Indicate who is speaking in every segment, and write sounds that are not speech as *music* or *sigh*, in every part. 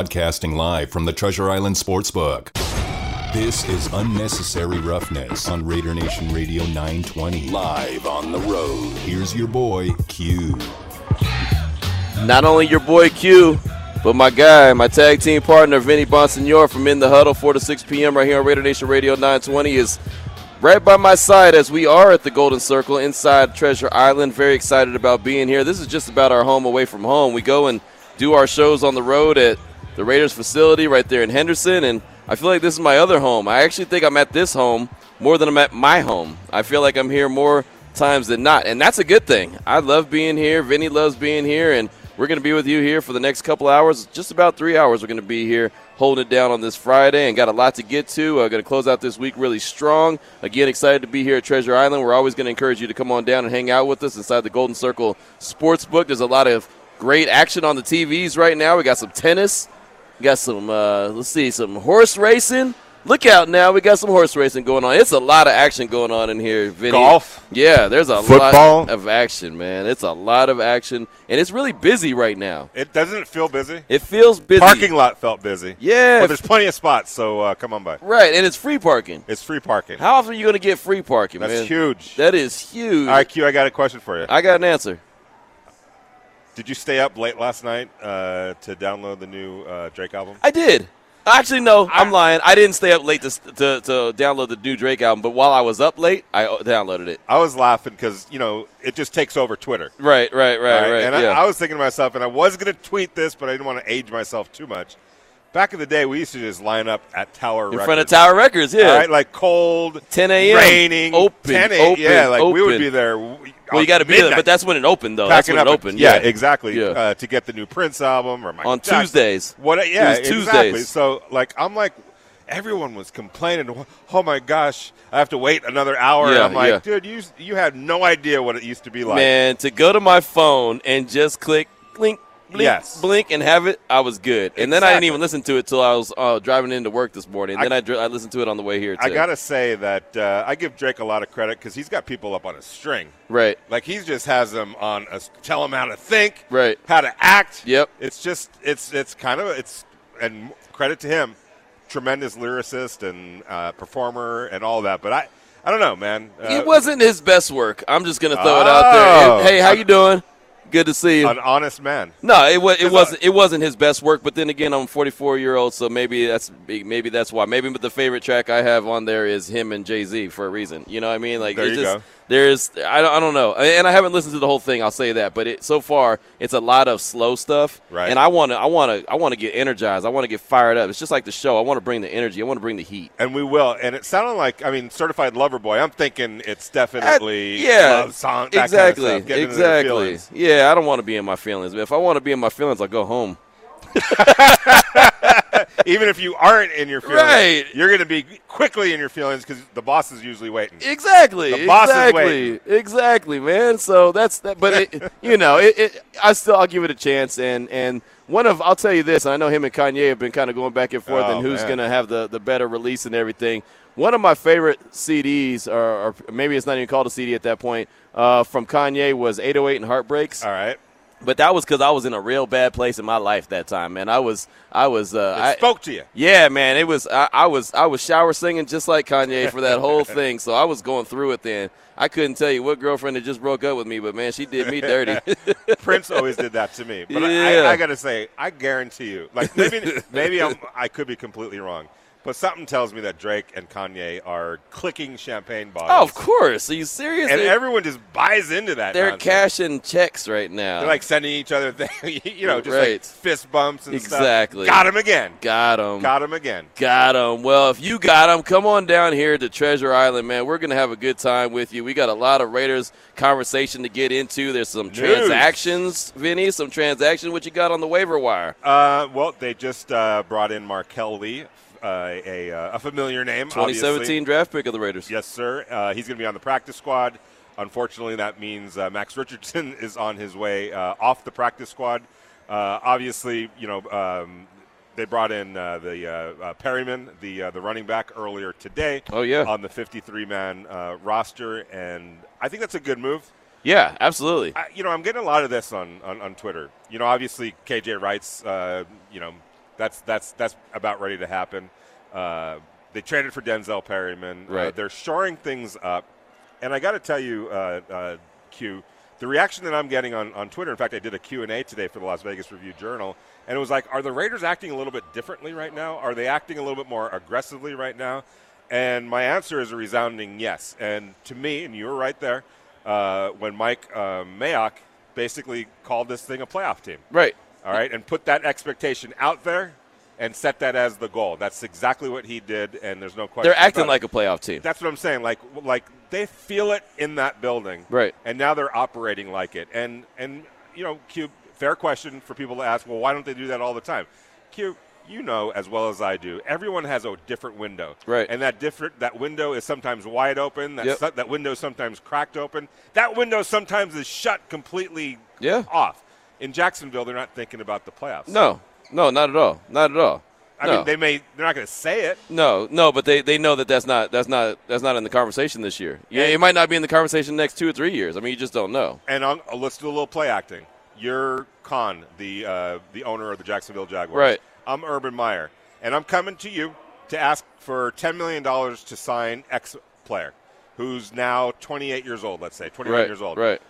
Speaker 1: Broadcasting live from the Treasure Island Sportsbook. This is Unnecessary Roughness on Raider Nation Radio 920. Live on the road. Here's your boy, Q.
Speaker 2: Not only your boy Q, but my guy, my tag team partner, Vinny Bonsignor from In the Huddle, 4 to 6 p.m. right here on Raider Nation Radio 920 is right by my side as we are at the Golden Circle inside Treasure Island. Very excited about being here. This is just about our home away from home. We go and do our shows on the road at the Raiders facility right there in Henderson, and I feel like this is my other home. I actually think I'm at this home more than I'm at my home. I feel like I'm here more times than not, and that's a good thing. I love being here. Vinny loves being here, and we're going to be with you here for the next couple hours. Just about three hours, we're going to be here holding it down on this Friday and got a lot to get to. Uh, going to close out this week really strong. Again, excited to be here at Treasure Island. We're always going to encourage you to come on down and hang out with us inside the Golden Circle Sportsbook. There's a lot of great action on the TVs right now. We got some tennis. We got some, uh, let's see, some horse racing. Look out now. We got some horse racing going on. It's a lot of action going on in here, Vinny.
Speaker 3: Golf.
Speaker 2: Yeah, there's a
Speaker 3: Football.
Speaker 2: lot of action, man. It's a lot of action, and it's really busy right now.
Speaker 3: It doesn't feel busy.
Speaker 2: It feels busy.
Speaker 3: Parking lot felt busy.
Speaker 2: Yeah.
Speaker 3: But there's plenty of spots, so uh, come on by.
Speaker 2: Right, and it's free parking.
Speaker 3: It's free parking.
Speaker 2: How often are you going to get free parking,
Speaker 3: That's
Speaker 2: man?
Speaker 3: huge.
Speaker 2: That is huge.
Speaker 3: All right, Q, I got a question for you.
Speaker 2: I got an answer.
Speaker 3: Did you stay up late last night uh, to download the new uh, Drake album?
Speaker 2: I did. Actually, no, I, am lying. I didn't stay up late to, s- to, to download the new Drake album, but while I was up late, I uh, downloaded it.
Speaker 3: I was laughing because, you know, it just takes over Twitter.
Speaker 2: Right, right, right, right.
Speaker 3: And
Speaker 2: yeah.
Speaker 3: I, I was thinking to myself, and I was going to tweet this, but I didn't want to age myself too much. Back in the day, we used to just line up at Tower
Speaker 2: in front of
Speaker 3: Records.
Speaker 2: Tower Records, yeah.
Speaker 3: All right, like cold,
Speaker 2: 10 a.m.,
Speaker 3: raining,
Speaker 2: open,
Speaker 3: 10 a.m. yeah,
Speaker 2: open,
Speaker 3: like we would
Speaker 2: open.
Speaker 3: be there.
Speaker 2: well, you got to be there, but that's when it opened, though. That's
Speaker 3: packing
Speaker 2: when it
Speaker 3: up-
Speaker 2: opened.
Speaker 3: Yeah, exactly.
Speaker 2: Yeah.
Speaker 3: Uh, to get the new Prince album or my
Speaker 2: On Tuesdays.
Speaker 3: What? Yeah,
Speaker 2: It was
Speaker 3: exactly.
Speaker 2: Tuesdays.
Speaker 3: So like, I'm like, everyone was complaining. Oh my gosh, I have to wait another hour.
Speaker 2: Yeah,
Speaker 3: I'm like,
Speaker 2: yeah.
Speaker 3: dude, you you had no idea what it used to be like.
Speaker 2: Man, to go to my phone and just click blink, blink,
Speaker 3: Yes.
Speaker 2: blink, and have it, I was good. And then I didn't
Speaker 3: Exactly.
Speaker 2: even listen to it till I was uh, driving into work this morning. And
Speaker 3: I-
Speaker 2: then I, dri- I listened to it on the way here. Too.
Speaker 3: I gotta say that uh, I give Drake a lot of credit because he's got people up on a string.
Speaker 2: right.
Speaker 3: Like he just has them on a tell them how to think,
Speaker 2: Right.
Speaker 3: How to act.
Speaker 2: Yep.
Speaker 3: It's just it's it's kind of it's and credit to him, tremendous lyricist and uh, performer and all that. But I I don't know, man. Uh,
Speaker 2: it wasn't his best work. I'm just gonna throw it out there.
Speaker 3: Oh.
Speaker 2: It- hey, how you doing? Good to see you.
Speaker 3: an honest man.
Speaker 2: no, it was it
Speaker 3: Cause
Speaker 2: wasn't it wasn't his best work. But then again, I'm 44 year old, so maybe that's maybe that's why. Maybe but the favorite track I have on there is him and Jay Z for a reason. You know what I mean? Like
Speaker 3: There
Speaker 2: it's
Speaker 3: you
Speaker 2: just
Speaker 3: go.
Speaker 2: there's I don't, I don't know, and I haven't listened to the whole thing. I'll say that, but it, so far it's a lot of slow stuff.
Speaker 3: Right.
Speaker 2: And I want to I want to I want to get energized. I want to get fired up. It's just like the show. I want to bring the energy. I want to bring the heat.
Speaker 3: And we will. And it sounded like, I mean, certified lover boy. I'm thinking it's definitely
Speaker 2: Uh, yeah,
Speaker 3: love song. that kind of
Speaker 2: exactly,
Speaker 3: stuff, getting into their
Speaker 2: exactly.
Speaker 3: feelings.
Speaker 2: Yeah, I don't want to be in my feelings. But if I want to be in my feelings, I'll go home.
Speaker 3: Even if you aren't in your feelings,
Speaker 2: Right.
Speaker 3: you're going to be quickly in your feelings because the boss is usually waiting.
Speaker 2: Exactly,
Speaker 3: The boss is
Speaker 2: exactly,
Speaker 3: waiting.
Speaker 2: exactly, man. So that's that. But it, *laughs* you know, it, it, I still I'll give it a chance. And and one of I'll tell you this. I know him and Kanye have been kind of going back and forth,
Speaker 3: Oh,
Speaker 2: and who's
Speaker 3: man.
Speaker 2: gonna have the the better release and everything. One of my favorite CDs, or, or maybe it's not even called a CD at that point, uh, from Kanye was 808 and Heartbreaks.
Speaker 3: All right.
Speaker 2: But that was because I was in a real bad place in my life that time, man. I was, I was, uh,
Speaker 3: It
Speaker 2: I,
Speaker 3: spoke to you.
Speaker 2: yeah, man. It was, I, I was, I was shower singing just like Kanye for that
Speaker 3: *laughs*
Speaker 2: whole thing. So I was going through it then. I couldn't tell you what girlfriend had just broke up with me, but man, she did me
Speaker 3: *laughs*
Speaker 2: dirty. *laughs*
Speaker 3: Prince always did that to me. But
Speaker 2: Yeah.
Speaker 3: I, I got to say, I guarantee you, like maybe maybe I'm, I could be completely wrong, but something tells me that Drake and Kanye are clicking champagne
Speaker 2: oh,
Speaker 3: bottles.
Speaker 2: of course. Are you serious?
Speaker 3: and
Speaker 2: They-
Speaker 3: everyone just buys into that.
Speaker 2: they're
Speaker 3: nonsense.
Speaker 2: cashing checks right now.
Speaker 3: They're like sending each other, thing, *laughs* you know, just
Speaker 2: Right.
Speaker 3: like fist bumps and stuff.
Speaker 2: Exactly.
Speaker 3: Got him again.
Speaker 2: got them.
Speaker 3: Got him again.
Speaker 2: Got him. Well, if you got him, come on down here to Treasure Island, man. We're going to have a good time with you. We got a lot of Raiders conversation to get into. There's some transactions, Vinny, some transactions. What you got on the waiver wire?
Speaker 3: Uh, well, they just uh, brought in Markel Lee, uh, a, uh, a familiar name.
Speaker 2: 2017
Speaker 3: obviously.
Speaker 2: draft pick of the Raiders.
Speaker 3: Yes, sir. Uh, he's going to be on the practice squad. Unfortunately, that means uh, Max Richardson *laughs* is on his way uh, off the practice squad. Uh, obviously, you know um, they brought in uh, the uh, uh, Perryman, the uh, the running back, earlier today.
Speaker 2: Oh, yeah.
Speaker 3: on the 53-man uh, roster, and I think that's a good move.
Speaker 2: Yeah, absolutely.
Speaker 3: I, you know, I'm getting a lot of this on, on, on Twitter. You know, obviously KJ Wright's, uh, you know, that's that's that's about ready to happen. Uh, they traded for Denzel Perryman. Uh,
Speaker 2: Right.
Speaker 3: they're shoring things up, and I got to tell you, uh, uh, Q, the reaction that I'm getting on, on Twitter. In fact, I did a Q and A today for the Las Vegas Review Journal, and it was like, are the Raiders acting a little bit differently right now? Are they acting a little bit more aggressively right now? And my answer is a resounding yes. And to me, and you were right there, uh, when Mike uh, Mayock basically called this thing a playoff team.
Speaker 2: Right.
Speaker 3: All right, and put that expectation out there and set that as the goal. That's exactly what he did, and there's no question.
Speaker 2: They're acting
Speaker 3: about
Speaker 2: like
Speaker 3: it.
Speaker 2: a playoff team.
Speaker 3: That's what I'm saying. Like, like they feel it in that building,
Speaker 2: Right.
Speaker 3: And now they're operating like it. And and you know, Q, fair question for people to ask. Well, why don't they do that all the time? Q, you know as well as I do. Everyone has a different window,
Speaker 2: Right.
Speaker 3: And that different that window is sometimes wide open. That
Speaker 2: Yep.
Speaker 3: su- that window is sometimes cracked open. That window sometimes is shut completely
Speaker 2: Yeah.
Speaker 3: off. In Jacksonville, they're not thinking about the playoffs.
Speaker 2: No, no, not at all, not at all.
Speaker 3: I
Speaker 2: no.
Speaker 3: mean, they may they're not going to say it.
Speaker 2: No, no, but they, they know that that's not that's not that's not in the conversation this year. Yeah, it might not be in the conversation next two or three years. I mean, you just don't know.
Speaker 3: And on, uh, let's do a little play acting. You're Khan, the uh, the owner of the Jacksonville Jaguars.
Speaker 2: Right.
Speaker 3: I'm Urban Meyer, and I'm coming to you to ask for ten million dollars to sign X player, who's now 28 years old. Let's say 29
Speaker 2: Right,
Speaker 3: years old. Uh-huh.
Speaker 2: right.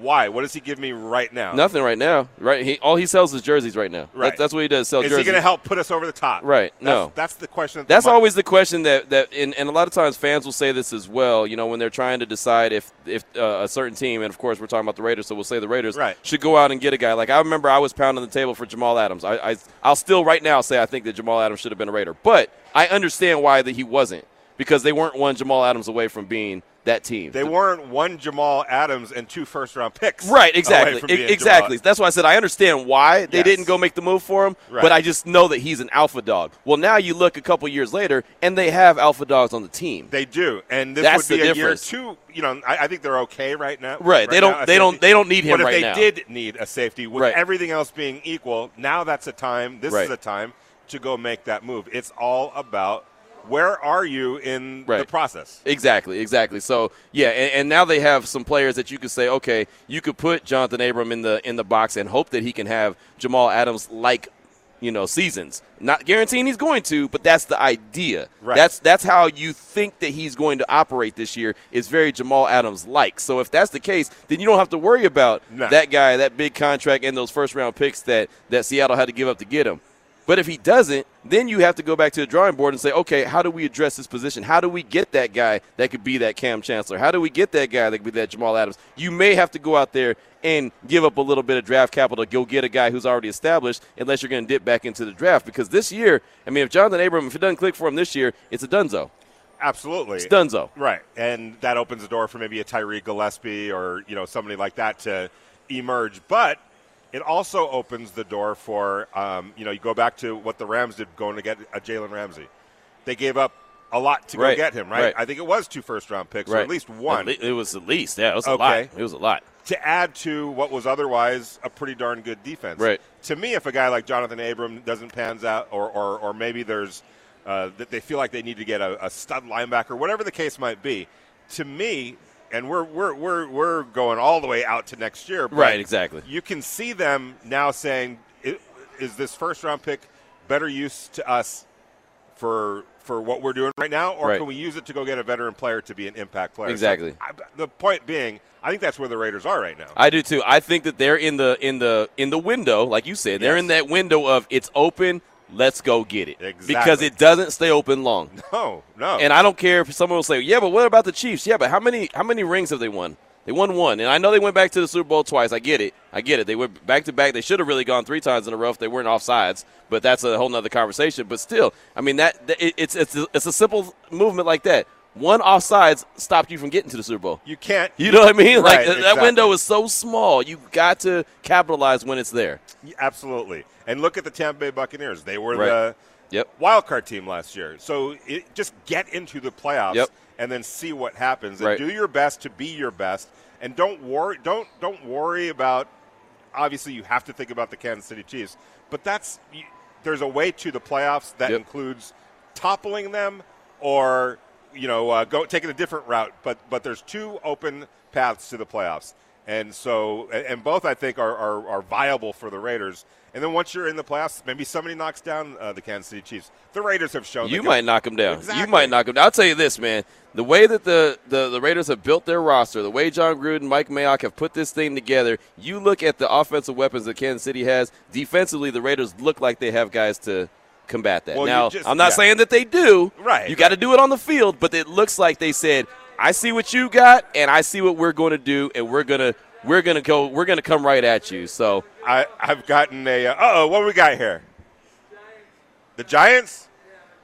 Speaker 3: Why? What does he give me right now?
Speaker 2: Nothing right now. Right, he all he sells is jerseys right now.
Speaker 3: Right.
Speaker 2: That's, that's what he does. Sell
Speaker 3: Is
Speaker 2: jerseys.
Speaker 3: he going to help put us over the top?
Speaker 2: Right,
Speaker 3: That's,
Speaker 2: no.
Speaker 3: That's the question. that the
Speaker 2: That's
Speaker 3: mar-
Speaker 2: always the question that that and, and a lot of times fans will say this as well. You know, when they're trying to decide if if uh, a certain team, and of course we're talking about the Raiders, so we'll say the Raiders
Speaker 3: Right.
Speaker 2: should go out and get a guy. Like I remember, I was pounding the table for Jamal Adams. I, I I'll still right now say I think that Jamal Adams should have been a Raider, but I understand why that he wasn't because they weren't one Jamal Adams away from being that team.
Speaker 3: They weren't one Jamal Adams and two first round picks.
Speaker 2: Right,
Speaker 3: away
Speaker 2: exactly,
Speaker 3: from
Speaker 2: E-
Speaker 3: being
Speaker 2: exactly.
Speaker 3: Jamal.
Speaker 2: That's why I said I understand why they
Speaker 3: Yes.
Speaker 2: didn't go make the move for him,
Speaker 3: Right.
Speaker 2: but I just know that he's an alpha dog. Well, now you look a couple years later, and they have alpha dogs on the team.
Speaker 3: They do, and this
Speaker 2: That's
Speaker 3: would be
Speaker 2: the
Speaker 3: a
Speaker 2: difference.
Speaker 3: year two. You know, I, I think they're okay right now.
Speaker 2: Right, they don't-
Speaker 3: now, a
Speaker 2: they don't-
Speaker 3: safety.
Speaker 2: they don't need him
Speaker 3: But if
Speaker 2: right
Speaker 3: they
Speaker 2: now.
Speaker 3: did need a safety, with
Speaker 2: Right.
Speaker 3: everything else being equal, now that's a time. This
Speaker 2: Right.
Speaker 3: is a time to go make that move. It's all about where are you in the
Speaker 2: Right.
Speaker 3: process.
Speaker 2: Exactly, exactly. So yeah, and, and now they have some players that you could say, okay, you could put Jonathan Abram in the in the box and hope that he can have Jamal Adams like, you know, seasons. Not guaranteeing he's going to, but that's the idea.
Speaker 3: Right.
Speaker 2: That's that's how you think that he's going to operate this year is very Jamal Adams like. So if that's the case, then you don't have to worry about
Speaker 3: No.
Speaker 2: that guy, that big contract, and those first round picks that that Seattle had to give up to get him. But if he doesn't, then you have to go back to the drawing board and say, okay, how do we address this position? How do we get that guy that could be that Cam Chancellor? How do we get that guy that could be that Jamal Adams? You may have to go out there and give up a little bit of draft capital to go get a guy who's already established, unless you're going to dip back into the draft. Because this year, I mean, if Jonathan Abram, if it doesn't click for him this year, it's a dunzo.
Speaker 3: Absolutely,
Speaker 2: It's dunzo.
Speaker 3: Right, and that opens the door for maybe a Tyree Gillespie or you know somebody like that to emerge. But it also opens the door for um, you know you go back to what the Rams did going to get a Jalen Ramsey. They gave up a lot to
Speaker 2: Right,
Speaker 3: go get him,
Speaker 2: right.
Speaker 3: right? I think it was two first round picks, or at least one,
Speaker 2: At le- It was at least, yeah, it was a
Speaker 3: Okay.
Speaker 2: lot. It was a lot.
Speaker 3: to add to what was otherwise a pretty darn good defense.
Speaker 2: Right.
Speaker 3: To me, if a guy like Jonathan Abram doesn't pans out, or or, or maybe there's uh, that they feel like they need to get a, a stud linebacker, whatever the case might be, to me, and we're we're we're we're going all the way out to next year. but
Speaker 2: Right, exactly.
Speaker 3: You can see them now saying, "I- "Is this first round pick better use to us for?" For what we're doing right now, or
Speaker 2: Right.
Speaker 3: can we use it to go get a veteran player to be an impact player? So
Speaker 2: Exactly.
Speaker 3: I, the point being, I think that's where the Raiders are right now.
Speaker 2: I do too. I think that they're in the in the in the window, like you said, they're
Speaker 3: Yes.
Speaker 2: in that window of it's open. Let's go get it because
Speaker 3: Exactly.
Speaker 2: it doesn't stay open long.
Speaker 3: No, Oh, no.
Speaker 2: And I don't care if someone will say, "Yeah, but what about the Chiefs? Yeah, but how many how many rings have they won? They won one, and I know they went back to the Super Bowl twice. I get it, I get it. They went back to back. They should have really gone three times in a row if they weren't offsides. But that's a whole nother conversation. But still, I mean that, that it, it's it's a, it's a simple movement like that. One offsides stopped you from getting to the Super Bowl.
Speaker 3: you can't.
Speaker 2: You know what I mean? Like
Speaker 3: Right,
Speaker 2: th- that
Speaker 3: exactly.
Speaker 2: window is so small. You got to capitalize when it's there.
Speaker 3: absolutely. And look at the Tampa Bay Buccaneers. They were
Speaker 2: Right.
Speaker 3: the
Speaker 2: Yep.
Speaker 3: wild card team last year. So it, just get into the playoffs
Speaker 2: Yep.
Speaker 3: and then see what happens. And
Speaker 2: Right.
Speaker 3: do your best to be your best. And don't worry. Don't don't worry about. Obviously, you have to think about the Kansas City Chiefs, but that's you- there's a way to the playoffs that
Speaker 2: Yep.
Speaker 3: includes toppling them or you know uh, go taking a different route. But but there's two open paths to the playoffs. And so, and, and both I think are, are, are viable for the Raiders. And then once you're in the playoffs, maybe somebody knocks down uh, the Kansas City Chiefs. The Raiders have shown
Speaker 2: You
Speaker 3: they
Speaker 2: might
Speaker 3: can-
Speaker 2: knock them down. You
Speaker 3: Exactly.
Speaker 2: might knock them down. I'll tell you this, man. The way that the, the, the Raiders have built their roster, the way John Gruden, Mike Mayock have put this thing together, you look at the offensive weapons that Kansas City has. Defensively, the Raiders look like they have guys to combat that.
Speaker 3: Well, you
Speaker 2: now,
Speaker 3: just-
Speaker 2: I'm not
Speaker 3: yeah.
Speaker 2: saying that they do.
Speaker 3: Right,
Speaker 2: You got to do it on the field, but it looks like they said, "I see what you got, and I see what we're going to do, and we're gonna we're gonna go we're gonna come right at you." So
Speaker 3: I, I've gotten a. Uh oh, what do we got here? The Giants?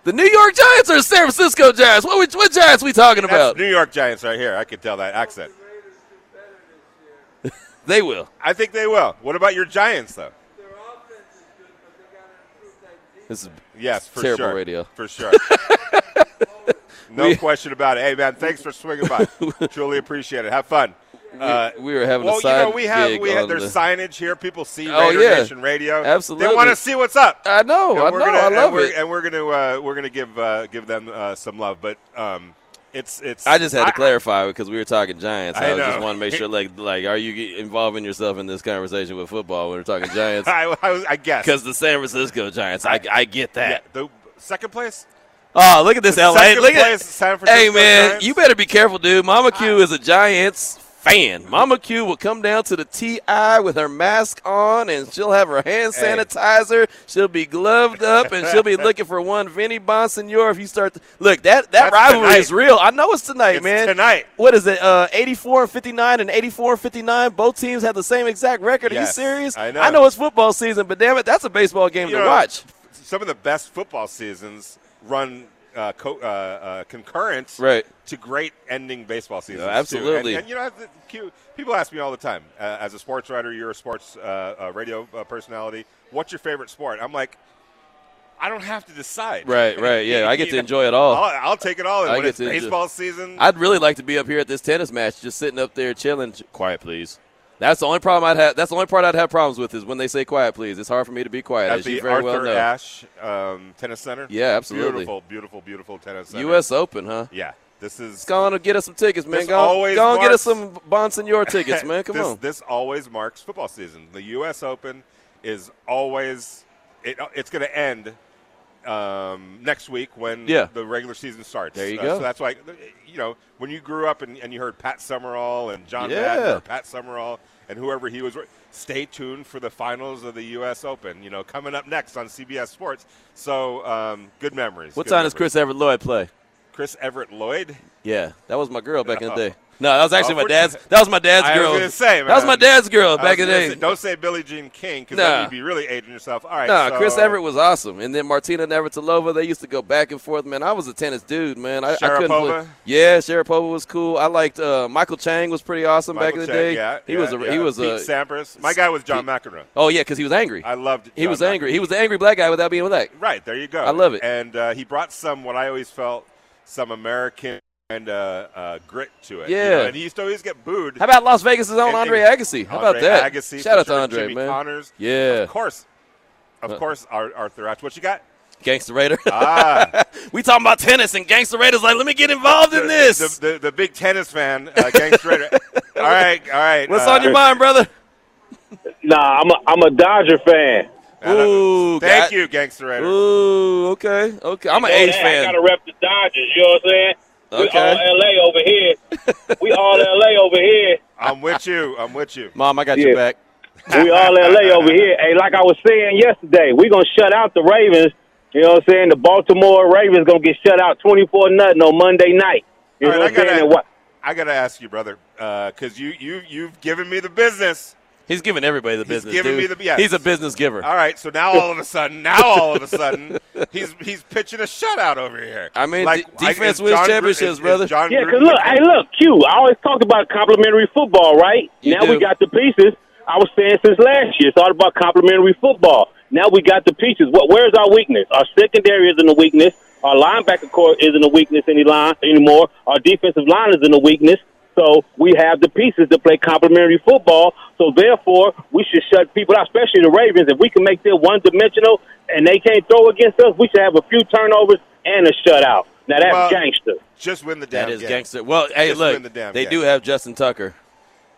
Speaker 2: the New York Giants or the San Francisco Giants? What we, what Giants we talking
Speaker 3: That's
Speaker 2: about?
Speaker 3: New York Giants right here. I could tell that accent.
Speaker 2: They will.
Speaker 3: I think they will. What about your Giants, though?
Speaker 2: This is
Speaker 3: Yes, for
Speaker 2: terrible
Speaker 3: sure.
Speaker 2: radio.
Speaker 3: For
Speaker 2: *laughs*
Speaker 3: sure. no question about it. Hey, man, thanks for
Speaker 2: *laughs*
Speaker 3: swinging by. Truly appreciate it. Have fun. Uh,
Speaker 2: we were having a
Speaker 3: well, you know,
Speaker 2: side
Speaker 3: we have
Speaker 2: gig
Speaker 3: we have
Speaker 2: on
Speaker 3: there's
Speaker 2: the-
Speaker 3: signage here. People see
Speaker 2: Oh,
Speaker 3: Raider
Speaker 2: yeah.
Speaker 3: Nation Radio.
Speaker 2: Absolutely.
Speaker 3: they want to see what's up.
Speaker 2: I know,
Speaker 3: And
Speaker 2: I know,
Speaker 3: we're gonna-
Speaker 2: I love
Speaker 3: and we're,
Speaker 2: it.
Speaker 3: And we're gonna uh, we're gonna give uh, give them uh, some love, but um, it's it's.
Speaker 2: I just had to
Speaker 3: I-
Speaker 2: clarify because we were talking Giants.
Speaker 3: I
Speaker 2: I, just
Speaker 3: know.
Speaker 2: want to make sure, like, like, are you ge- involving yourself in this conversation with football when we're talking
Speaker 3: *laughs*
Speaker 2: Giants?
Speaker 3: I, I, was- I guess
Speaker 2: Because the San Francisco Giants, I, I get
Speaker 3: yeah,
Speaker 2: that.
Speaker 3: the second place.
Speaker 2: Oh, look at this, LA!
Speaker 3: second
Speaker 2: Look at
Speaker 3: place, San
Speaker 2: Hey,
Speaker 3: Francisco
Speaker 2: man,
Speaker 3: Giants.
Speaker 2: you better be careful, dude. Mama Q is a Giants fan. Mama Q will come down to the TI with her mask on, and she'll have her hand
Speaker 3: Hey.
Speaker 2: sanitizer. She'll be gloved up, and she'll be looking for one Vinny Bonsignor. If you start, to, look that that
Speaker 3: That's
Speaker 2: rivalry
Speaker 3: tonight.
Speaker 2: is real. I know it's tonight,
Speaker 3: It's
Speaker 2: man.
Speaker 3: tonight.
Speaker 2: What is it? Uh, 84 and 59 and 84 and 59. Both teams have the same exact record. Are you
Speaker 3: Yes,
Speaker 2: serious?
Speaker 3: I know.
Speaker 2: I know it's football season, but damn it, that's a baseball game
Speaker 3: You
Speaker 2: to
Speaker 3: know,
Speaker 2: watch.
Speaker 3: Some of the best football seasons run uh, co- uh, uh, concurrent
Speaker 2: Right.
Speaker 3: to great ending baseball seasons.
Speaker 2: Yeah,
Speaker 3: too.
Speaker 2: absolutely.
Speaker 3: And, and you know, the- Q- people ask me all the time, uh, as a sports writer, you're a sports uh, uh, radio uh, personality. What's your favorite sport? I'm like, I don't have to decide.
Speaker 2: Right,
Speaker 3: *laughs*
Speaker 2: right, yeah, I get
Speaker 3: You
Speaker 2: to
Speaker 3: know,
Speaker 2: enjoy it all.
Speaker 3: I'll, I'll take it all. And
Speaker 2: I
Speaker 3: when
Speaker 2: get
Speaker 3: it's
Speaker 2: to enjoy-
Speaker 3: baseball season,
Speaker 2: I'd really like to be up here at this tennis match, just sitting up there chilling. Ch- Quiet, please. That's the only problem I'd have. That's the only part I'd have problems with is when they say "quiet, please." It's hard for me to be quiet,
Speaker 3: at
Speaker 2: as you
Speaker 3: the
Speaker 2: very
Speaker 3: Arthur
Speaker 2: well know.
Speaker 3: Ashe um, Tennis Center.
Speaker 2: Yeah, absolutely.
Speaker 3: Beautiful, beautiful, beautiful tennis center.
Speaker 2: U.S. Open, huh?
Speaker 3: Yeah, this is
Speaker 2: Go on and get us some tickets, man.
Speaker 3: This
Speaker 2: Go on,
Speaker 3: always
Speaker 2: go on and get us some
Speaker 3: marks- *laughs*
Speaker 2: Bonsignor tickets, man. Come
Speaker 3: this,
Speaker 2: on.
Speaker 3: This always marks football season. The U.S. Open is always it, it's going to end um, next week when
Speaker 2: Yeah.
Speaker 3: the regular season starts.
Speaker 2: There you
Speaker 3: Uh,
Speaker 2: go.
Speaker 3: So that's why you know when you grew up and, and you heard Pat Summerall and John
Speaker 2: Yeah.
Speaker 3: Madden or Pat Summerall and whoever he was. with, Stay tuned for the finals of the U.S. Open. You know, coming up next on CBS Sports. So um, good memories.
Speaker 2: what
Speaker 3: good
Speaker 2: time does
Speaker 3: memories.
Speaker 2: Chris Everett Lloyd play?
Speaker 3: Chris Everett Lloyd?
Speaker 2: Yeah, that was my girl back in the day. No, that was actually my dad's.
Speaker 3: Unfortunately-
Speaker 2: That was my dad's
Speaker 3: Uh, I was
Speaker 2: girl.
Speaker 3: gonna say,
Speaker 2: that was
Speaker 3: man.
Speaker 2: my dad's girl
Speaker 3: I was
Speaker 2: back in the
Speaker 3: gonna
Speaker 2: day.
Speaker 3: say, Uh, don't say Billie Jean King because
Speaker 2: Nah.
Speaker 3: then you'd be really aging yourself. All right,
Speaker 2: Nah,
Speaker 3: so-
Speaker 2: Chris Everett was awesome, and then Martina Navratilova. They used to go back and forth, man. I was a tennis dude, man. I, I couldn't.
Speaker 3: Sharapova?
Speaker 2: Play. Yeah, Sharapova was cool. I liked uh, Michael Chang was pretty awesome back in
Speaker 3: Michael
Speaker 2: the
Speaker 3: Chang,
Speaker 2: day.
Speaker 3: Yeah,
Speaker 2: he
Speaker 3: yeah,
Speaker 2: was a
Speaker 3: yeah.
Speaker 2: he was
Speaker 3: Pete
Speaker 2: a
Speaker 3: Sampras. My guy was John McEnroe.
Speaker 2: oh yeah, because he was angry.
Speaker 3: I loved.
Speaker 2: he
Speaker 3: John
Speaker 2: was
Speaker 3: McEnroe.
Speaker 2: angry. He was the angry black guy without being black.
Speaker 3: Right there, you go.
Speaker 2: I love it.
Speaker 3: And uh, he brought some what I always felt some American and uh, uh, grit to it. you
Speaker 2: Yeah.
Speaker 3: know, and he used to always get booed.
Speaker 2: How about Las Vegas' own
Speaker 3: And-
Speaker 2: Andre
Speaker 3: and-
Speaker 2: Agassi? How
Speaker 3: Andre
Speaker 2: about that?
Speaker 3: Agassi,
Speaker 2: Shout
Speaker 3: for
Speaker 2: out to
Speaker 3: sure,
Speaker 2: Andre,
Speaker 3: Jimmy
Speaker 2: man.
Speaker 3: Connors.
Speaker 2: Yeah, Uh.
Speaker 3: Of course, of course, Ar- Arthur Ashe. What
Speaker 2: *laughs*
Speaker 3: you got?
Speaker 2: Gangster Raider.
Speaker 3: Ah,
Speaker 2: *laughs* we talking about tennis and Gangster Raiders. Like, let me get involved in this.
Speaker 3: the, the the big tennis fan, uh, Gangster Raider.
Speaker 2: *laughs*
Speaker 3: all right, all right.
Speaker 2: What's
Speaker 3: uh,
Speaker 2: on your mind, brother?
Speaker 4: Nah, I'm a I'm a Dodger fan.
Speaker 3: I don't-
Speaker 2: Ooh,
Speaker 3: uh, thank
Speaker 2: got-
Speaker 3: you, Gangster Raider.
Speaker 2: Ooh, okay, okay. I'm an A's
Speaker 4: Hey,
Speaker 2: fan.
Speaker 4: I gotta rep the Dodgers. You know what I'm saying? We
Speaker 2: Okay.
Speaker 4: all LA over here. we all LA over here.
Speaker 3: I'm with you. I'm with you.
Speaker 2: Mom, I got
Speaker 4: Yeah.
Speaker 2: your back.
Speaker 4: We all LA over here. Hey, like I was saying yesterday, we gonna shut out the Ravens. You know what I'm saying? The Baltimore Ravens gonna get shut out 24 nothing on Monday night. You
Speaker 3: All
Speaker 4: know
Speaker 3: right,
Speaker 4: what I'm
Speaker 3: I gotta-
Speaker 4: saying? And what?
Speaker 3: I gotta ask you, brother, because you you you've given me the business.
Speaker 2: He's giving everybody the business.
Speaker 3: giving
Speaker 2: dude.
Speaker 3: me the- yeah.
Speaker 2: He's a business giver.
Speaker 3: All right, so now all of a sudden, now all of
Speaker 2: *laughs*
Speaker 3: a sudden, he's he's pitching a shutout over here.
Speaker 2: I mean, de-
Speaker 3: I-
Speaker 2: defense
Speaker 3: is
Speaker 2: wins
Speaker 3: John Gru-
Speaker 2: championships,
Speaker 3: is- is
Speaker 2: brother.
Speaker 3: John
Speaker 4: Yeah,
Speaker 3: Gruden-
Speaker 4: because look, hey, look, Q, I always talked about complimentary football, right?
Speaker 2: You
Speaker 4: now
Speaker 2: do.
Speaker 4: we got the pieces. I was saying since last year, it's all about complimentary football. Now we got the pieces. What? Where's our weakness? Our secondary isn't a weakness. Our linebacker core isn't a weakness any line anymore. Our defensive line isn't a weakness. So we have the pieces to play complimentary football. So therefore, we should shut people out, especially the Ravens. If we can make them one dimensional and they can't throw against us, we should have a few turnovers and a shutout. Now that's
Speaker 3: Well,
Speaker 4: gangster.
Speaker 3: just win the damn
Speaker 2: that is
Speaker 3: game.
Speaker 2: gangster. Well, hey,
Speaker 3: Just
Speaker 2: look,
Speaker 3: win the damn
Speaker 2: they
Speaker 3: game.
Speaker 2: do have Justin Tucker.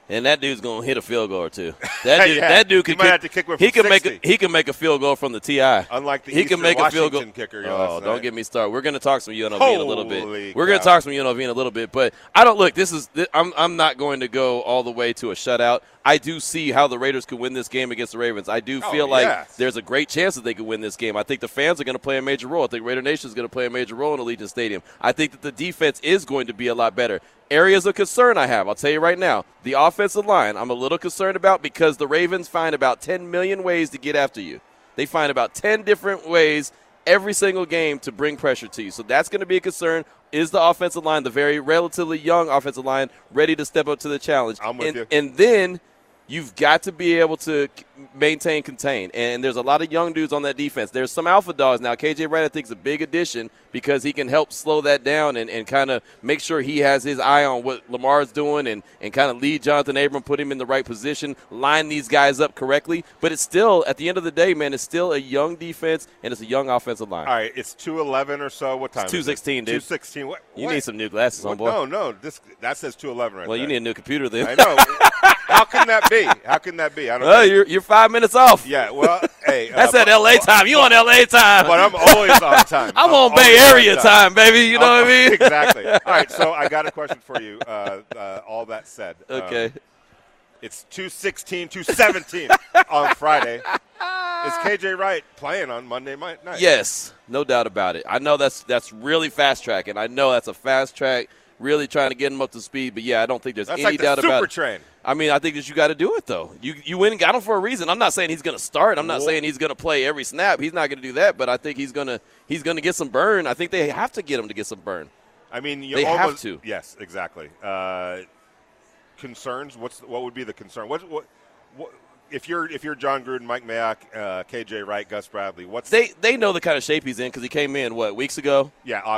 Speaker 2: and that dude's gonna hit a field goal or
Speaker 3: *laughs*
Speaker 2: two. That dude,
Speaker 3: Yeah,
Speaker 2: that dude
Speaker 3: he
Speaker 2: could
Speaker 3: might
Speaker 2: kick,
Speaker 3: have to kick one
Speaker 2: he
Speaker 3: from
Speaker 2: can make a,
Speaker 3: 60.
Speaker 2: he can make a field goal from the TI.
Speaker 3: Unlike the
Speaker 2: he
Speaker 3: Eastern
Speaker 2: can make a field goal.
Speaker 3: Washington kicker, you know,
Speaker 2: Oh,
Speaker 3: last
Speaker 2: don't
Speaker 3: night.
Speaker 2: get me started. We're gonna talk some UNLV in a little
Speaker 3: Holy
Speaker 2: bit. We're gonna
Speaker 3: cow.
Speaker 2: talk some UNLV in a little bit, but I don't look. This is thi- I'm I'm not going to go all the way to a shutout. I do see how the Raiders could win this game against the Ravens. I do
Speaker 3: Oh,
Speaker 2: feel like
Speaker 3: yes.
Speaker 2: there's a great chance that they could win this game. I think the fans are going to play a major role. I think Raider Nation is going to play a major role in Allegiant Stadium. I think that the defense is going to be a lot better. Areas of concern I have, I'll tell you right now, the offensive line I'm a little concerned about because the Ravens find about 10 million ways to get after you. They find about 10 different ways every single game to bring pressure to you. So that's going to be a concern. Is the offensive line, the very relatively young offensive line, ready to step up to the challenge?
Speaker 3: I'm with
Speaker 2: and,
Speaker 3: you.
Speaker 2: And then you've got to be able to c- maintain contain and there's a lot of young dudes on that defense there's some alpha dogs now kj wright i think is a big addition because he can help slow that down and, and kind of make sure he has his eye on what lamar's doing and, and kind of lead jonathan abram put him in the right position line these guys up correctly but it's still at the end of the day man it's still a young defense and it's a young offensive line
Speaker 3: All right, it's two eleven or so. What time? is it?
Speaker 2: 2:16, dude.
Speaker 3: Two sixteen. What?
Speaker 2: you
Speaker 3: what?
Speaker 2: need some new glasses on boy
Speaker 3: No, no. This that says two eleven right
Speaker 2: well you
Speaker 3: there.
Speaker 2: need a new computer then
Speaker 3: *laughs*
Speaker 2: *laughs*
Speaker 3: I know. How can that be? How can that be? I don't.
Speaker 2: oh,
Speaker 3: think-
Speaker 2: you're, you're five minutes off
Speaker 3: yeah. Well, hey.
Speaker 2: that's
Speaker 3: uh,
Speaker 2: at la time you on la time
Speaker 3: But I'm always on time.
Speaker 2: *laughs* I'm, on Bay
Speaker 3: always
Speaker 2: Area time, baby. You know
Speaker 3: I'm-
Speaker 2: what I
Speaker 3: *laughs*
Speaker 2: mean? *laughs*
Speaker 3: exactly. All right. So I got a question for you. Uh, uh, all that said. um,
Speaker 2: Okay.
Speaker 3: It's 216, 217 on Friday. Is KJ Wright playing on Monday mi- night?
Speaker 2: Yes, no doubt about it. I know that's that's really fast track, and I know that's a fast track. Really trying to get him up to speed, but yeah, I don't think there's
Speaker 3: That's
Speaker 2: any
Speaker 3: like the
Speaker 2: doubt about
Speaker 3: super
Speaker 2: it.
Speaker 3: train.
Speaker 2: I mean, I think that you got to do it though. You you went and got him for a reason. I'm not saying he's going to start. I'm not
Speaker 3: Wha-
Speaker 2: saying he's going to play every snap. He's not going to do that. But I think he's going to he's going to get some burn. I think they have to get him to get some burn.
Speaker 3: I mean, you
Speaker 2: They have
Speaker 3: almost,
Speaker 2: to.
Speaker 3: Yes, exactly. Uh, concerns. What's what would be the concern? What, what, what if you're if you're John Gruden, Mike Mayock, uh, KJ Wright, Gus Bradley? What's
Speaker 2: They they know the kind of shape he's in because he came in what weeks ago.
Speaker 3: yeah? Uh,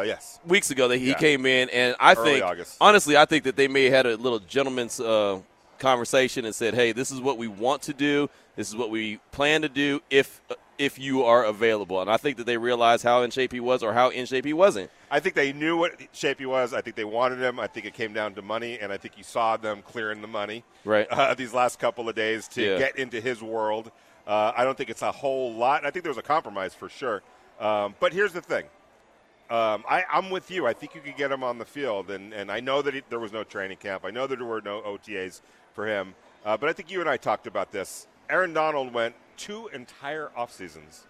Speaker 3: uh, yes.
Speaker 2: weeks ago that he
Speaker 3: Yeah.
Speaker 2: came in, and I
Speaker 3: Early
Speaker 2: think
Speaker 3: August.
Speaker 2: honestly, I think that they may have had a little gentleman's uh, conversation and said, "Hey, this is what we want to do. This is what we plan to do if if you are available." And I think that they realized how in shape he was or how in shape he wasn't.
Speaker 3: I think they knew what shape he was. I think they wanted him. I think it came down to money, and I think you saw them clearing the money
Speaker 2: Right.
Speaker 3: uh, these last couple of days to
Speaker 2: Yeah.
Speaker 3: get into his world. Uh, I don't think it's a whole lot. I think there was a compromise for sure. Um, but here's the thing. Um, I, I'm with you. I think you could get him on the field, and, and I know that it, there was no training camp. I know that there were no OTAs for him, uh, but I think you and I talked about this. Aaron Donald went two entire off seasons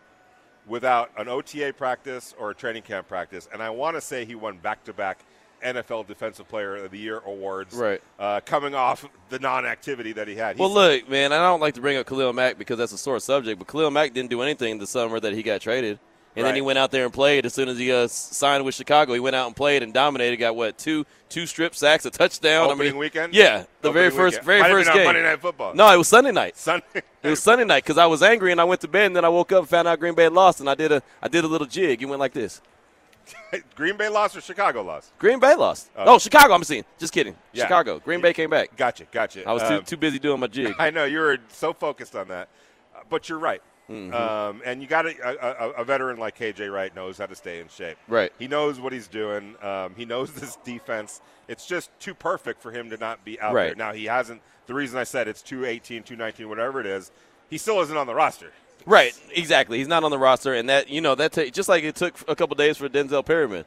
Speaker 3: without an OTA practice or a training camp practice. And I want to say he won back to back NFL Defensive Player of the Year awards.
Speaker 2: Right.
Speaker 3: Uh, coming off the non activity that he had.
Speaker 2: Well,
Speaker 3: He's-
Speaker 2: look, man, and I don't like to bring up Khalil Mack because that's a sore subject, but Khalil Mack didn't do anything the summer that he got traded. And then he
Speaker 3: Right.
Speaker 2: went out there and played. As soon as he uh, s- signed with Chicago, he went out and played and dominated. Got what two two strip sacks, a touchdown. I
Speaker 3: Opening
Speaker 2: mean,
Speaker 3: weekend?
Speaker 2: Yeah, the
Speaker 3: Opening
Speaker 2: very first
Speaker 3: weekend.
Speaker 2: very
Speaker 3: Might have
Speaker 2: first
Speaker 3: been on
Speaker 2: game.
Speaker 3: Monday Night Football.
Speaker 2: No, it was Sunday night.
Speaker 3: Sunday.
Speaker 2: It was Sunday night because I was angry and I went to bed and then I woke up and found out Green Bay lost and I did a I did a little jig. It went like this.
Speaker 3: *laughs* Green Bay lost or Chicago lost?
Speaker 2: Green Bay lost.
Speaker 3: Oh.
Speaker 2: oh, Chicago. I'm seeing. Just kidding.
Speaker 3: Yeah.
Speaker 2: Chicago. Green Bay came back.
Speaker 3: Gotcha, gotcha.
Speaker 2: I was too,
Speaker 3: Um,
Speaker 2: too busy doing my jig.
Speaker 3: I know you were so focused on that, Uh, but you're right.
Speaker 2: Mm-hmm.
Speaker 3: Um, and you got a, a, a veteran like KJ Wright knows how to stay in shape.
Speaker 2: Right.
Speaker 3: He knows what he's doing. Um, he knows *laughs* this defense. It's just too perfect for him to not be out there.
Speaker 2: Right.
Speaker 3: Now he hasn't. The reason I said it's 218, 219, whatever it is, he still isn't on the roster.
Speaker 2: Right, exactly. He's not on the roster, and that you know that ta- just like it took a couple days for Denzel Perryman.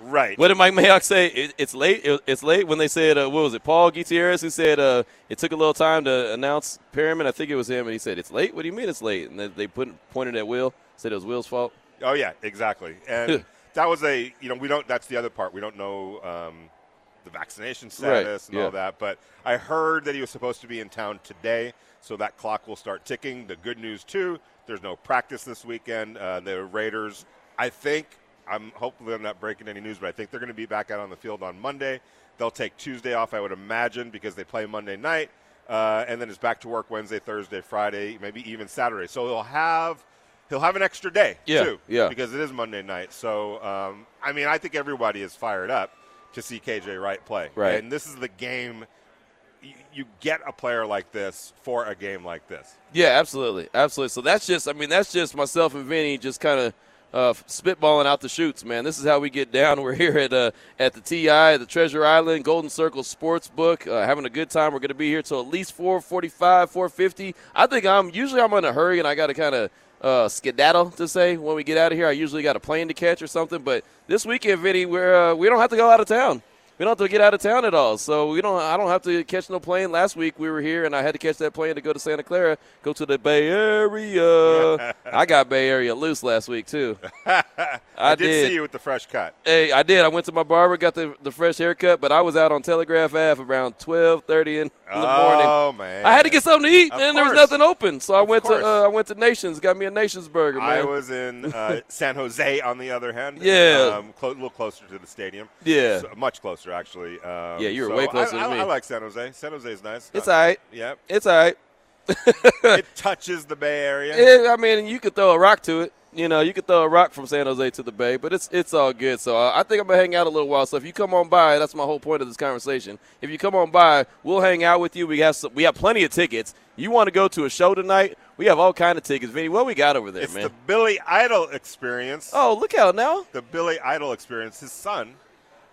Speaker 3: Right.
Speaker 2: What did Mike Mayock say? It, it's late. It- it's late when they said uh, what was it? Paul Gutierrez who said uh, it took a little time to announce Perryman. I think it was him, and he said it's late. What do you mean it's late? And they, they put pointed at Will. Said it was Will's fault.
Speaker 3: Oh yeah, exactly. And that was a you know we don't. That's the other part. We don't know um, the vaccination status and
Speaker 2: yeah.
Speaker 3: all that. But I heard that he was supposed to be in town today, so that clock will start ticking. The good news too, there's no practice this weekend. Uh, the Raiders, I think. I'm hopefully I'm not breaking any news, but I think they're going to be back out on the field on Monday. They'll take Tuesday off, I would imagine, because they play Monday night, uh, and then it's back to work Wednesday, Thursday, Friday, maybe even Saturday. So he'll have he'll have an extra day
Speaker 2: Yeah,
Speaker 3: too,
Speaker 2: yeah.
Speaker 3: because it is Monday night. So, um, I mean, I think everybody is fired up to see KJ Wright play.
Speaker 2: Right.
Speaker 3: And this is the game you, you get a player like this for a game like this.
Speaker 2: Yeah, absolutely, absolutely. So that's just, I mean, that's just myself and Vinny just kind of uh, spitballing out the shoots, man. This is how we get down. *laughs* We're here at uh, at the TI, the Treasure Island Golden Circle Sportsbook, uh, having a good time. We're going to be here till at least 4:45, 4:50. I think I'm usually I'm in a hurry and I got to kind of uh, skedaddle to say when we get out of here. I usually got a plane to catch or something, but this weekend, Vinny, we're uh, we don't have to go out of town. We don't have to get out of town at all, so we don't. I don't have to catch no plane. Last week we were here, and I had to catch that plane to go to Santa Clara, go to the Bay
Speaker 3: *laughs*
Speaker 2: Area. I got Bay Area loose last week too.
Speaker 3: I, did,
Speaker 2: did.
Speaker 3: see you with the fresh cut.
Speaker 2: Hey, I did. I went to my barber, got the, the fresh haircut, but I was out on Telegraph Ave around twelve thirty in the morning.
Speaker 3: Oh man,
Speaker 2: I had to get something to eat,
Speaker 3: Of
Speaker 2: and there was
Speaker 3: course.
Speaker 2: nothing open. So I
Speaker 3: Of
Speaker 2: went
Speaker 3: course.
Speaker 2: to uh, I went to Nations, got me a Nations burger, man.
Speaker 3: I was
Speaker 2: *laughs*
Speaker 3: in uh, San Jose. On the other hand,
Speaker 2: Yeah.
Speaker 3: um, clo- a little closer to the stadium.
Speaker 2: Yeah.
Speaker 3: So- much closer actually. Um,
Speaker 2: Yeah, you were
Speaker 3: so
Speaker 2: way closer
Speaker 3: I,
Speaker 2: than
Speaker 3: I,
Speaker 2: me.
Speaker 3: I like San Jose. San Jose's nice.
Speaker 2: it's
Speaker 3: Uh,
Speaker 2: all right. *laughs*
Speaker 3: Yeah,
Speaker 2: It's all right.
Speaker 3: it touches the Bay Area.
Speaker 2: Yeah, I mean, you could throw a rock to it. You know, you could throw a rock from San Jose to the Bay, but it's it's all good. So uh, I think I'm gonna hang out a little while. So if you come on by, that's my whole point of this conversation. If you come on by, we'll hang out with you. We have some, we have plenty of tickets. You want to go to a show tonight? We have all kind of tickets, Vinny. What we got over there,
Speaker 3: it's
Speaker 2: man?
Speaker 3: the Billy Idol experience.
Speaker 2: oh, look out now!
Speaker 3: the Billy Idol experience. His son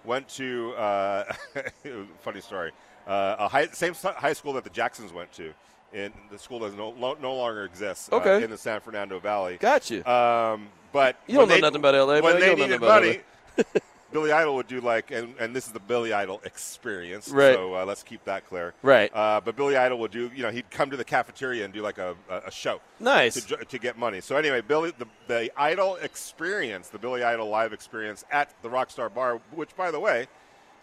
Speaker 3: went to uh, *laughs* funny story. Uh, a high, same si- high school that the Jacksons went to, and the school does no, lo- no longer exists uh,
Speaker 2: Okay.
Speaker 3: in the San Fernando Valley.
Speaker 2: Got you.
Speaker 3: Um, but
Speaker 2: You don't
Speaker 3: when
Speaker 2: know
Speaker 3: they-
Speaker 2: nothing about LA, man.
Speaker 3: When
Speaker 2: You
Speaker 3: they
Speaker 2: don't know
Speaker 3: needed
Speaker 2: nothing about
Speaker 3: money, *laughs* Billy Idol would do like, and, and this is the Billy Idol experience.
Speaker 2: Right.
Speaker 3: So uh, let's keep that clear.
Speaker 2: Right.
Speaker 3: Uh, but Billy Idol would do, you know, he'd come to the cafeteria and do like a, a, a show.
Speaker 2: Nice.
Speaker 3: To, jo- to get money. So anyway, Billy, the, the Idol experience, the Billy Idol live experience at the Rockstar Bar, which by the way,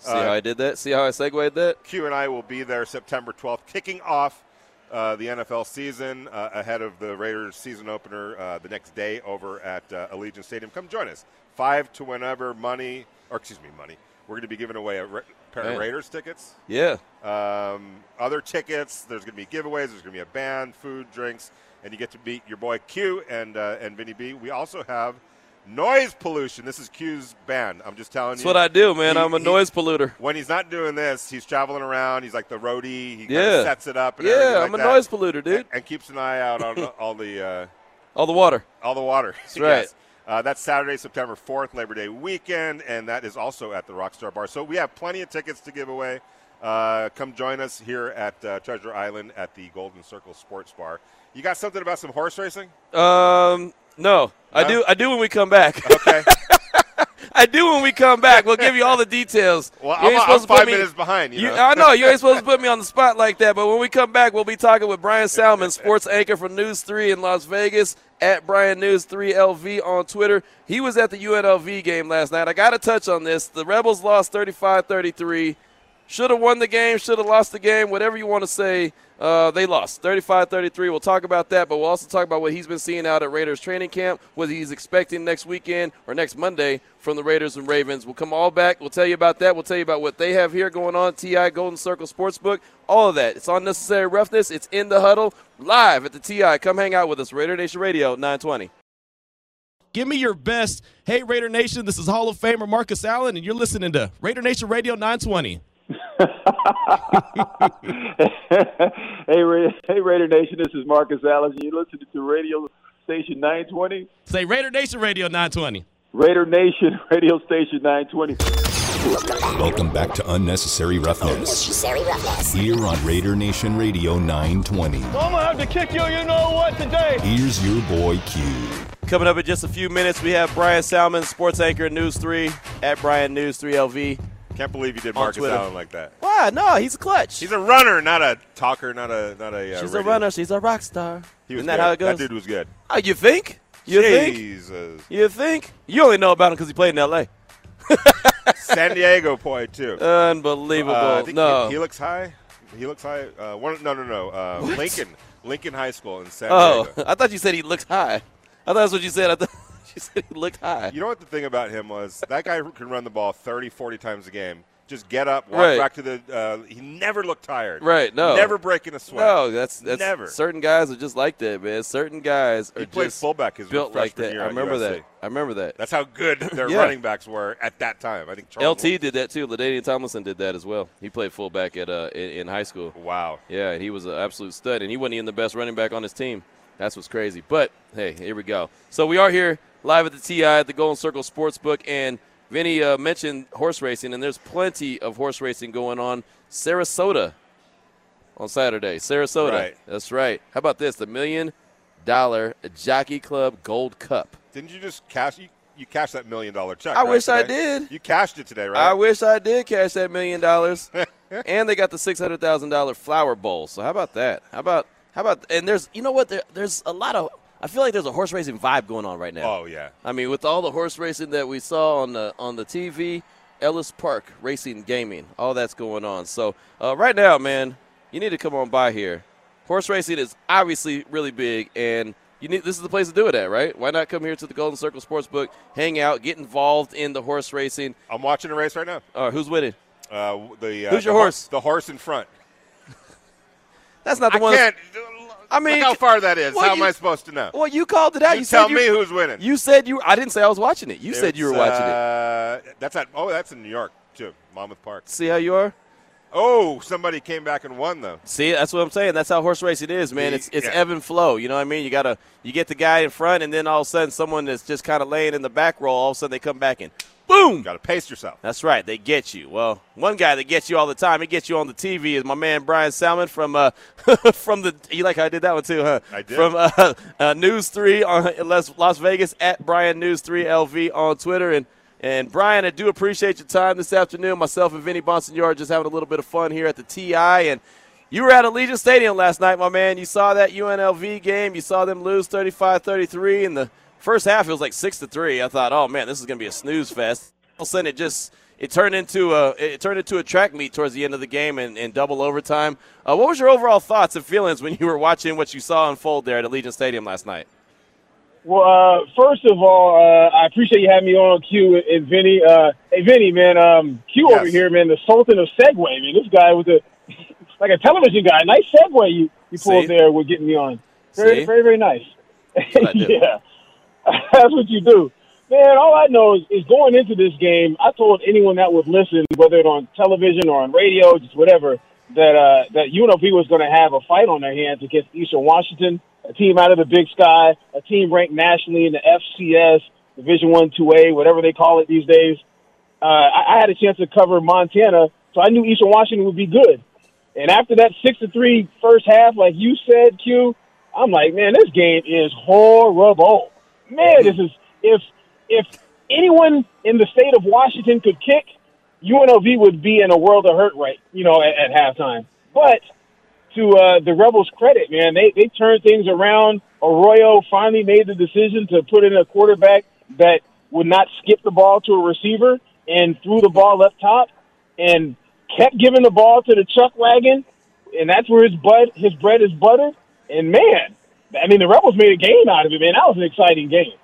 Speaker 2: See
Speaker 3: uh,
Speaker 2: how I did that? See how I segued that?
Speaker 3: Q and I will be there September 12th, kicking off uh, the NFL season uh, ahead of the Raiders season opener uh, the next day over at uh, Allegiant Stadium. Come join us. Five to whenever money, or excuse me, money. We're going to be giving away a ra- pair
Speaker 2: Man.
Speaker 3: of Raiders tickets.
Speaker 2: Yeah.
Speaker 3: Um, other tickets. There's going to be giveaways. There's going to be a band, food, drinks, and you get to meet your boy Q and uh, and Vinny B. We also have noise pollution. This is Q's band. I'm just telling
Speaker 2: That's
Speaker 3: you.
Speaker 2: what I do, man.
Speaker 3: He-
Speaker 2: I'm a
Speaker 3: he-
Speaker 2: noise polluter.
Speaker 3: When he's not doing this, he's traveling around. He's like the roadie. He
Speaker 2: Yeah.
Speaker 3: of sets it up. And everything
Speaker 2: Yeah,
Speaker 3: like
Speaker 2: I'm a
Speaker 3: that.
Speaker 2: noise polluter, dude.
Speaker 3: *laughs* And, and keeps an eye out on all the uh,
Speaker 2: All the water.
Speaker 3: all the water. *laughs* That's
Speaker 2: right.
Speaker 3: Uh, that's Saturday, September 4th, Labor Day weekend, and that is also at the Rockstar Bar. So we have plenty of tickets to give away. Uh, come join us here at uh, Treasure Island at the Golden Circle Sports Bar. You got something about some horse racing?
Speaker 2: Um, no, I
Speaker 3: No?
Speaker 2: do. I do when we come back.
Speaker 3: Okay.
Speaker 2: *laughs* I do when we come back. We'll give you all the details.
Speaker 3: Well,
Speaker 2: You ain't
Speaker 3: I'm- I'm
Speaker 2: supposed to put
Speaker 3: five
Speaker 2: me-
Speaker 3: minutes behind, you know.
Speaker 2: I know you ain't supposed
Speaker 3: *laughs*
Speaker 2: to put me on the spot like that. But when we come back, we'll be talking with Brian Salmon, sports anchor for News Three in Las Vegas at Brian News Three LV on Twitter. He was at the UNLV game last night. I got to touch on this. The Rebels lost 35-33. Should have won the game, should have lost the game, whatever you want to say. Uh, they lost 35 33. We'll talk about that, but we'll also talk about what he's been seeing out at Raiders training camp, what he's expecting next weekend or next Monday from the Raiders and Ravens. We'll come all back. We'll tell you about that. We'll tell you about what they have here going on, TI Golden Circle Sportsbook, all of that. It's on Necessary Roughness. It's in the huddle, live at the TI. Come hang out with us, Raider Nation Radio 920.
Speaker 5: Give me your best. Hey, Raider Nation, this is Hall of Famer Marcus Allen, and you're listening to Raider Nation Radio 920.
Speaker 6: *laughs* hey, Ra- hey, Raider Nation, this is Marcus Allen. You're listening to radio station 920.
Speaker 5: Say Raider Nation Radio 920.
Speaker 6: Raider Nation, *laughs* radio station 920.
Speaker 1: Welcome back to Unnecessary Roughness
Speaker 7: Necessary roughness.
Speaker 1: here on Raider Nation Radio 920.
Speaker 8: I'm gonna have to kick you, you know what, today.
Speaker 1: Here's your boy Q.
Speaker 2: Coming up in just a few minutes, we have Brian Salmon, sports anchor at News 3 at Brian News 3 LV.
Speaker 3: Can't believe you did
Speaker 2: On
Speaker 3: Marcus
Speaker 2: Twitter.
Speaker 3: Allen like that.
Speaker 2: Why? No, he's a clutch.
Speaker 3: He's a runner, not a talker, not a not a. Uh,
Speaker 2: She's a
Speaker 3: radio.
Speaker 2: runner. She's a rock star.
Speaker 3: He was
Speaker 2: Isn't that
Speaker 3: good.
Speaker 2: how it goes?
Speaker 3: That dude was good.
Speaker 2: oh, you think? You think?
Speaker 3: Jesus.
Speaker 2: You think? You only know about him because he played in L.A.
Speaker 3: San Diego boy
Speaker 2: *laughs* Uh,
Speaker 3: too.
Speaker 2: Unbelievable.
Speaker 3: Uh, I think
Speaker 2: no.
Speaker 3: He, Helix High. Helix High. Uh, one, no, no, no. Uh, Lincoln. Lincoln High School in San
Speaker 2: oh,
Speaker 3: Diego.
Speaker 2: I thought you said he looked high. I thought that's what you said. I thought *laughs* you said he looked high.
Speaker 3: You know what the thing about him was? That guy can run the ball 30, 40 times a game. Just get up, walk
Speaker 2: Right.
Speaker 3: back to the. Uh, he never looked tired.
Speaker 2: Right, no.
Speaker 3: Never breaking a sweat.
Speaker 2: no, that's that's
Speaker 3: Never.
Speaker 2: Certain guys are just like that, man. Certain guys are
Speaker 3: He played
Speaker 2: just
Speaker 3: fullback his
Speaker 2: built like
Speaker 3: freshman
Speaker 2: that.
Speaker 3: year
Speaker 2: I
Speaker 3: at
Speaker 2: remember
Speaker 3: USC.
Speaker 2: that. I remember that.
Speaker 3: That's how
Speaker 2: *laughs*
Speaker 3: good their
Speaker 2: Yeah.
Speaker 3: running backs were at that time. I think Charles
Speaker 2: LT did that too. Ladainian Tomlinson did that as well. He played fullback at uh, in, in high school.
Speaker 3: Wow.
Speaker 2: Yeah, and he was an absolute stud, and he wasn't even the best running back on his team. That's what's crazy. But hey, here we go. So we are here live at the TI at the Golden Circle Sportsbook. And Vinny uh, mentioned horse racing, and there's plenty of horse racing going on. Sarasota on Saturday. Sarasota.
Speaker 3: Right.
Speaker 2: That's right. How about this? The Million Dollar Jockey Club Gold Cup.
Speaker 3: Didn't you just cash? You, you cashed that million dollar check.
Speaker 2: I
Speaker 3: right,
Speaker 2: wish I
Speaker 3: today?
Speaker 2: did.
Speaker 3: You cashed it today, right?
Speaker 2: I wish I did cash that million dollars. and they got the six hundred thousand dollar flower bowl. So how about that? How about how about and there's you know what there, there's a lot of I feel like there's a horse racing vibe going on right now.
Speaker 3: oh yeah.
Speaker 2: I mean, with all the horse racing that we saw on the on the TV, Ellis Park Racing Gaming, all that's going on. So uh, right now, man, you need to come on by here. Horse racing is obviously really big, and you need this is the place to do it at, right? Why not come here to the Golden Circle Sportsbook, hang out, get involved in the horse racing?
Speaker 3: I'm watching a race right now.
Speaker 2: Uh, who's winning?
Speaker 3: Uh, w- the uh,
Speaker 2: Who's your
Speaker 3: the hor-
Speaker 2: horse?
Speaker 3: The horse in front.
Speaker 2: That's not the
Speaker 3: I
Speaker 2: one. that's-
Speaker 3: can't.
Speaker 2: I mean,
Speaker 3: look how far that is.
Speaker 2: well,
Speaker 3: how
Speaker 2: you-
Speaker 3: am I supposed to know?
Speaker 2: Well, you called it out.
Speaker 3: you,
Speaker 2: You,
Speaker 3: tell
Speaker 2: said you,
Speaker 3: me who's winning.
Speaker 2: You said you. I didn't say I was watching it. You said you were watching
Speaker 3: uh,
Speaker 2: it.
Speaker 3: it. That's at. Oh, that's in New York too, Monmouth Park.
Speaker 2: See how you are.
Speaker 3: Oh, somebody came back and won though.
Speaker 2: See, that's what I'm saying. That's how horse racing is, man.
Speaker 3: The-
Speaker 2: It's it's
Speaker 3: yeah.
Speaker 2: ebb and flow. You know what I mean? You gotta you get the guy in front, and then all of a sudden, someone that's just kind of laying in the back row, all of a sudden they come back and boom.
Speaker 3: Got to pace yourself.
Speaker 2: That's right. They get you. Well, one guy that gets you all the time, he gets you on the TV, is my man Brian Salmon from uh, *laughs* from the. You like how I did that one too, huh?
Speaker 3: I did.
Speaker 2: From uh, *laughs* uh, News Three on Las Las Vegas at Brian News Three LV on Twitter and. And Brian, I do appreciate your time this afternoon. Myself and Vinny Bonsignor just having a little bit of fun here at the TI. And you were at Allegiant Stadium last night, my man. You saw that UNLV game. You saw them lose 35-33 in the first half. It was like six to three. I thought, oh man, this is going to be a snooze fest. All of a sudden, it just it turned into a it turned into a track meet towards the end of the game and, and double overtime. Uh, what was your overall thoughts and feelings when you were watching what you saw unfold there at Allegiant Stadium last night?
Speaker 7: Well, uh, first of all, uh, I appreciate you having me on Q and, and Vinny. Uh, hey, Vinny, man, um, Q
Speaker 3: Yes.
Speaker 7: over here, man, the Sultan of Segway, man. This guy was a *laughs* like a television guy. Nice segue you you
Speaker 2: See?
Speaker 7: pulled there with getting me on. Very,
Speaker 2: See?
Speaker 7: very, very nice.
Speaker 2: what I do.
Speaker 7: *laughs* yeah, that's what you do, man. All I know is, is going into this game. I told anyone that would listen, whether it on television or on radio, just whatever, that uh, that UNLV was going to have a fight on their hands against Eastern Washington, a team out of the Big Sky, a team ranked nationally in the FCS Division One, Two A, whatever they call it these days. Uh, I, I had a chance to cover Montana, so I knew Eastern Washington would be good. And after that six to three first half, like you said, Q, I'm like, man, this game is horrible. Man, this is if if anyone in the state of Washington could kick, UNLV would be in a world of hurt right, you know, at, at halftime. But to uh, the Rebels' credit, man, they they turned things around. Arroyo finally made the decision to put in a quarterback that would not skip the ball to a receiver and threw the ball up top and kept giving the ball to the chuck wagon, and that's where his bud his bread is buttered. And man, I mean, the Rebels made a game out of it, man. That was an exciting game.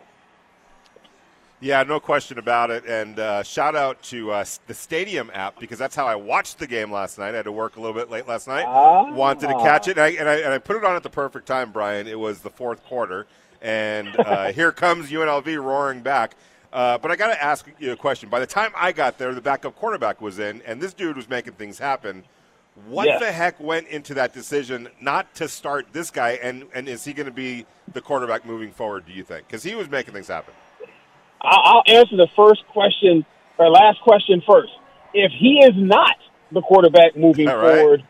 Speaker 3: Yeah, no question about it. And uh, shout out to uh, s- the Stadium app because that's how I watched the game last night. I had to work a little bit late last night.
Speaker 7: Ah.
Speaker 3: Wanted to catch it, and I, and, I, and I put it on at the perfect time, Brian. It was the fourth quarter, and
Speaker 7: *laughs*
Speaker 3: uh, here comes UNLV roaring back. Uh, but I got to ask you a question. By the time I got there, the backup quarterback was in, and this dude was making things happen. What
Speaker 7: Yes.
Speaker 3: the heck went into that decision not to start this guy, and, and is he going to be the quarterback moving forward, do you think? Because he was making things happen.
Speaker 7: I'll, I'll answer the first question or last question first. If he is not the quarterback moving
Speaker 3: All right.
Speaker 7: forward,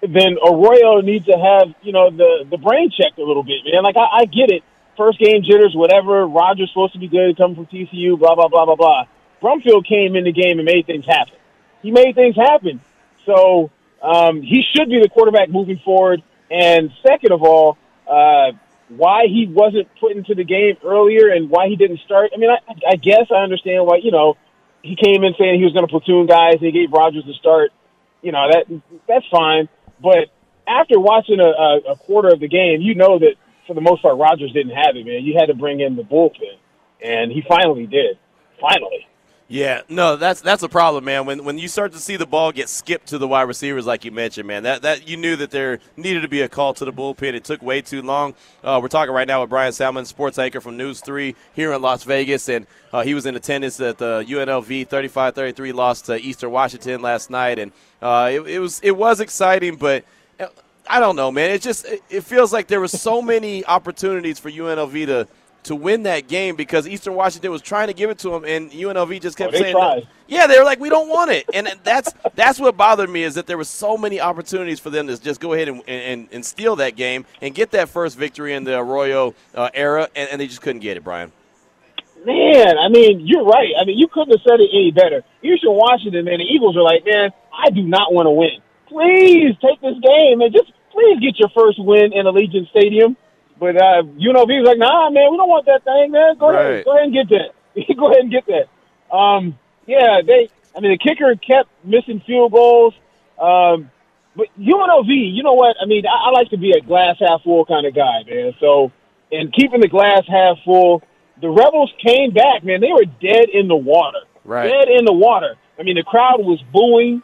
Speaker 7: then Arroyo needs to have you know the the brain checked a little bit, man. Like I, I get it, first game jitters, whatever. Rogers supposed to be good, coming from TCU, blah blah blah blah blah. Brumfield came in the game and made things happen. He made things happen, so um, he should be the quarterback moving forward. And second of all, uh, why he wasn't put into the game earlier and why he didn't start? I mean, I, I guess I understand why you know he came in saying he was going to platoon guys and he gave Rogers the start you know that that's fine. But after watching a, a, a quarter of the game, you know that for the most part, Rogers didn't have it, man. You had to bring in the bullpen, and he finally did. Finally,
Speaker 2: Yeah, no, that's that's a problem, man. When when you start to see the ball get skipped to the wide receivers, like you mentioned, man, that that you knew that there needed to be a call to the bullpen. It took way too long. Uh, we're talking right now with Brian Salmon, sports anchor from News Three here in Las Vegas, and uh, he was in attendance at the UNLV 35-33 loss to Eastern Washington last night, and uh, it, it was it was exciting, but. I don't know, man. It just it, it feels like there were so many opportunities for UNLV to to win that game because Eastern Washington was trying to give it to them, and UNLV just kept
Speaker 4: Oh, they
Speaker 2: saying, no.
Speaker 4: tried.
Speaker 2: "Yeah, they were like, we don't want it." And that's that's what bothered me is that there were so many opportunities for them to just go ahead and and, and steal that game and get that first victory in the Arroyo uh, era, and, and they just couldn't get it, Brian.
Speaker 7: Man, I mean, you're right. I mean, you couldn't have said it any better. Eastern Washington and the Eagles are like, man, I do not want to win. Please take this game and just please get your first win in Allegiant Stadium. But uh, UNLV was like, nah, man, we don't want that thing, man. Go
Speaker 2: Right.
Speaker 7: ahead, go ahead and get that. *laughs* go ahead and get that. Um, yeah, they. I mean, the kicker kept missing field goals. Um, but UNLV, you know what? I mean, I, I like to be a glass half full kind of guy, man. So, and keeping the glass half full, the Rebels came back, man. They were dead in the water.
Speaker 2: Right.
Speaker 7: Dead in the water. I mean, the crowd was booing,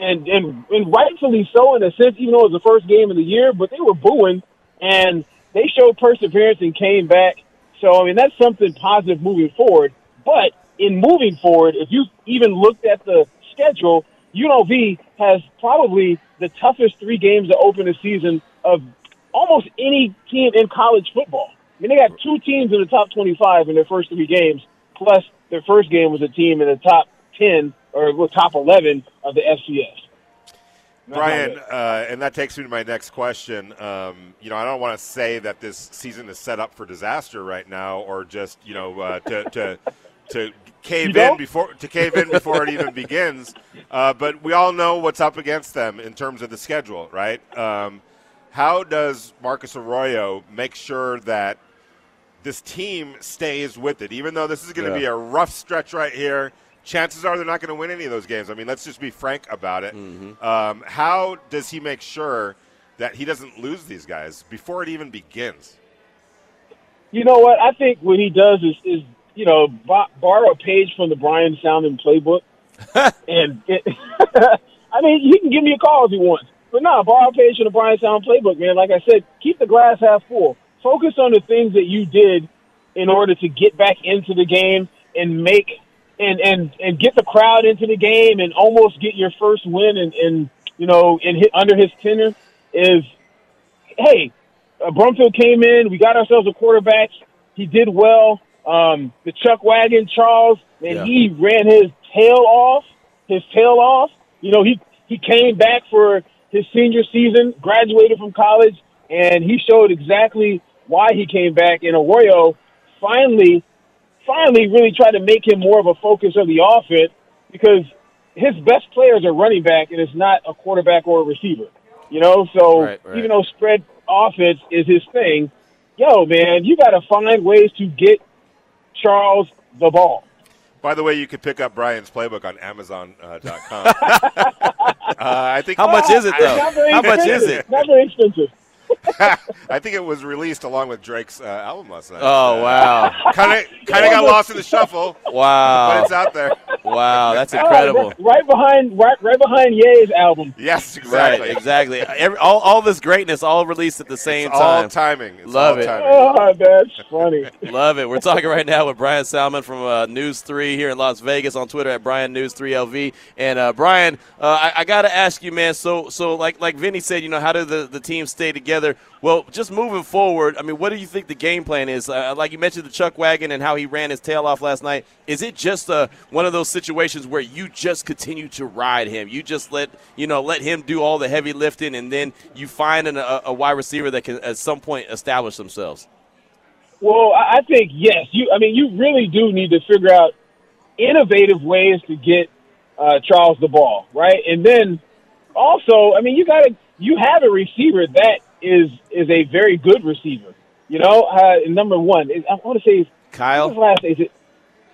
Speaker 7: and, and, and rightfully so in a sense, even though it was the first game of the year, but they were booing, and they showed perseverance and came back. So, I mean, that's something positive moving forward. But in moving forward, if you even looked at the schedule, UNLV has probably the toughest three games to open the season of almost any team in college football. I mean, they got two teams in the top 25 in their first three games, plus their first game was a team in the top 10 or well, top 11 of the FCS.
Speaker 3: Brian, uh, and that takes me to my next question. Um, you know, I don't want to say that this season is set up for disaster right now, or just you know uh, to, to to cave in
Speaker 7: don't?
Speaker 3: before to cave in before it even begins. Uh, but we all know what's up against them in terms of the schedule, right? Um, how does Marcus Arroyo make sure that this team stays with it, even though this is going to
Speaker 2: Yeah.
Speaker 3: be a rough stretch right here. Chances are they're not going to win any of those games. I mean, let's just be frank about it.
Speaker 2: Mm-hmm.
Speaker 3: Um, how does he make sure that he doesn't lose these guys before it even begins?
Speaker 7: You know what? I think what he does is, is you know, bo- borrow a page from the Brian Salmon playbook. and it, *laughs* I mean, he can give me a call if he wants. But no, borrow a page from the Brian Salmon playbook, man. Like I said, keep the glass half full. Focus on the things that you did in order to get back into the game and make and and and get the crowd into the game and almost get your first win and and you know and hit under his tenure is hey, uh, Brumfield came in. We got ourselves a quarterback. He did well. Um, the Chuck Wagon, Charles, and
Speaker 2: Yeah.
Speaker 7: he ran his tail off. His tail off. You know, he he came back for his senior season, graduated from college, and he showed exactly why he came back. And Arroyo finally, finally, really tried to make him more of a focus of the offense because his best players are running back, and it's not a quarterback or a receiver. You know, so
Speaker 2: Right, right.
Speaker 7: even though spread offense is his thing, yo, man, you got to find ways to get Charles the ball.
Speaker 3: By the way, you could pick up Brian's playbook on Amazon.com. Uh, dot com. *laughs* uh, I think
Speaker 2: How much is it
Speaker 7: It's
Speaker 2: though?
Speaker 7: not very
Speaker 2: How much is
Speaker 7: expensive.
Speaker 2: it?
Speaker 7: It's Not very expensive.
Speaker 3: *laughs* I think it was released along with Drake's uh, album last night.
Speaker 2: Oh wow,
Speaker 3: Kind of kind of got lost in the shuffle, but
Speaker 2: wow,
Speaker 3: it's out there.
Speaker 2: wow! That's
Speaker 7: Oh,
Speaker 2: incredible.
Speaker 7: right- right behind, right, right behind Ye's album.
Speaker 3: Yes, exactly.
Speaker 2: Right, exactly. Every, all, all this greatness, all released at the same
Speaker 3: It's all
Speaker 2: time.
Speaker 3: timing. It's
Speaker 2: Love
Speaker 3: all
Speaker 2: it.
Speaker 3: timing.
Speaker 7: Oh, that's funny.
Speaker 2: Love it. We're talking right now with Brian Salmon from uh, News 3 here in Las Vegas on Twitter at Brian News 3LV. And uh, Brian, uh, I, I got to ask you, man. So, so like like Vinny said, you know, how do the, the teams stay together? Well, just moving forward, I mean, what do you think the game plan is? Uh, like you mentioned the Chuck Wagon and how he ran his tail off last night. Is it just uh, one of those situations where you just continue to ride him? You just let you know let him do all the heavy lifting, and then you find an, a, a wide receiver that can at some point establish themselves.
Speaker 7: Well, I I think yes. You, I mean, you really do need to figure out innovative ways to get uh, Charles the ball, right? And then also, I mean, you got to you have a receiver that is is a very good receiver. You know, uh, number one, I want to say
Speaker 2: Kyle.
Speaker 7: his last is it?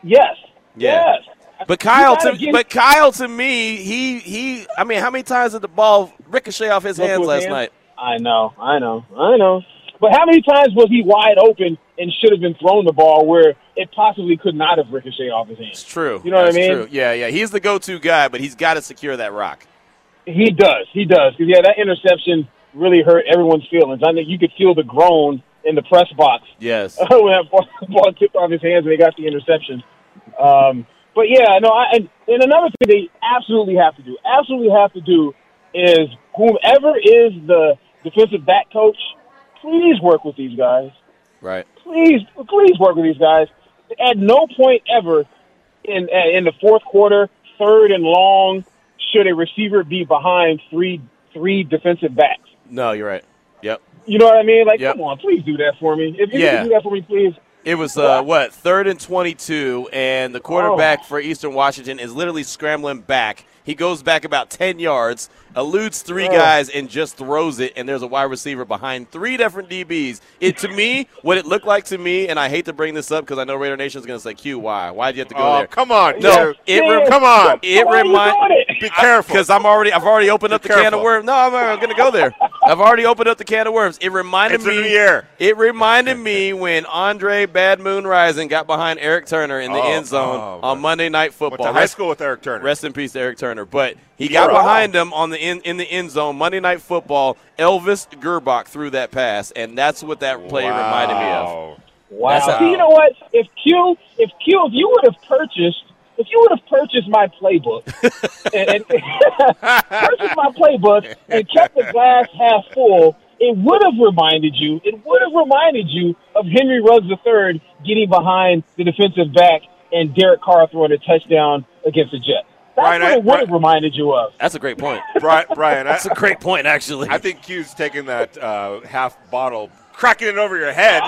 Speaker 7: Yes,
Speaker 2: Yeah.
Speaker 7: yes.
Speaker 2: But Kyle,
Speaker 7: You gotta
Speaker 2: to,
Speaker 7: get-
Speaker 2: but Kyle, to me, he he. I mean, how many times did the ball ricochet off his
Speaker 7: Go to
Speaker 2: hands
Speaker 7: his
Speaker 2: last
Speaker 7: hands?
Speaker 2: night?
Speaker 7: I know, I know, I know. But how many times was he wide open and should have been thrown the ball where it possibly could not have ricocheted off his hands?
Speaker 2: It's true.
Speaker 7: You know what I
Speaker 2: That's
Speaker 7: mean?
Speaker 2: True. Yeah, yeah. He's the go-to guy, but he's got to secure that rock.
Speaker 7: He does. He does. Because yeah, that interception really hurt everyone's feelings. I think you could feel the groan in the press box *laughs*
Speaker 2: Yes.
Speaker 7: when that ball, *laughs* ball tipped off his hands and they got the interception. Um, but yeah, no. I, and, and another thing they absolutely have to do, absolutely have to do, is whomever is the defensive back coach, please work with these guys
Speaker 2: right.
Speaker 7: please, please work with these guys. At no point ever in uh, in the fourth quarter, third and long, should a receiver be behind three three defensive backs.
Speaker 2: No, you're right. Yep.
Speaker 7: You know what I mean? Like,
Speaker 2: Yep.
Speaker 7: come on, please do that for me. If you
Speaker 2: Yeah.
Speaker 7: can do that for me, please.
Speaker 2: It was uh, what third and twenty-two, and the quarterback
Speaker 3: Oh.
Speaker 2: for Eastern Washington is literally scrambling back. He goes back about ten yards, eludes three guys, and just throws it. And there's a wide receiver behind three different DBs. It to me, what it looked like to me, and I hate to bring this up because I know Raider Nation is going to say, "Q, why? Why would you have to go
Speaker 3: Oh,
Speaker 2: there?"
Speaker 3: come on.
Speaker 2: No,
Speaker 3: dude.
Speaker 2: it
Speaker 7: Yeah.
Speaker 2: rem-
Speaker 3: Come on.
Speaker 2: It
Speaker 7: Why are you doing
Speaker 2: reminds.
Speaker 7: it?
Speaker 3: Be careful.
Speaker 2: Because I'm already, I've already opened up
Speaker 3: Be
Speaker 2: the can of
Speaker 3: careful.
Speaker 2: worms. No, I'm not going to go there. I've already opened up the can of worms. It reminded
Speaker 3: It's a
Speaker 2: me.
Speaker 3: new year.
Speaker 2: It reminded me when Andre Bad Moon Rising got behind Eric Turner in the
Speaker 3: Oh,
Speaker 2: end zone
Speaker 3: oh,
Speaker 2: on
Speaker 3: but-
Speaker 2: Monday Night
Speaker 3: Went
Speaker 2: Football.
Speaker 3: to high
Speaker 2: Rest,
Speaker 3: school with Eric Turner.
Speaker 2: rest in peace, to Eric Turner. But he got
Speaker 3: You're right.
Speaker 2: behind him on the in, in the end zone Monday Night Football. Elvis Gerbach threw that pass, and that's what that play reminded me of.
Speaker 3: Wow.
Speaker 7: Wow.
Speaker 2: That's a-
Speaker 7: See, you know what? If Q, if Q, if you would have purchased, if you would have purchased my
Speaker 3: *laughs*
Speaker 7: playbook, and, and *laughs* purchased my playbook and kept the glass half full, it would have reminded you. It would have reminded you of Henry Ruggs III getting behind the defensive back and Derek Carr throwing a touchdown against the Jets. That's
Speaker 3: Brian,
Speaker 7: what
Speaker 3: I-
Speaker 7: it would have
Speaker 3: Brian-
Speaker 7: reminded you of.
Speaker 2: That's a great point.
Speaker 3: Brian, Brian I,
Speaker 2: That's a great point, actually.
Speaker 3: I think Q's taking that uh, half bottle, cracking it over your head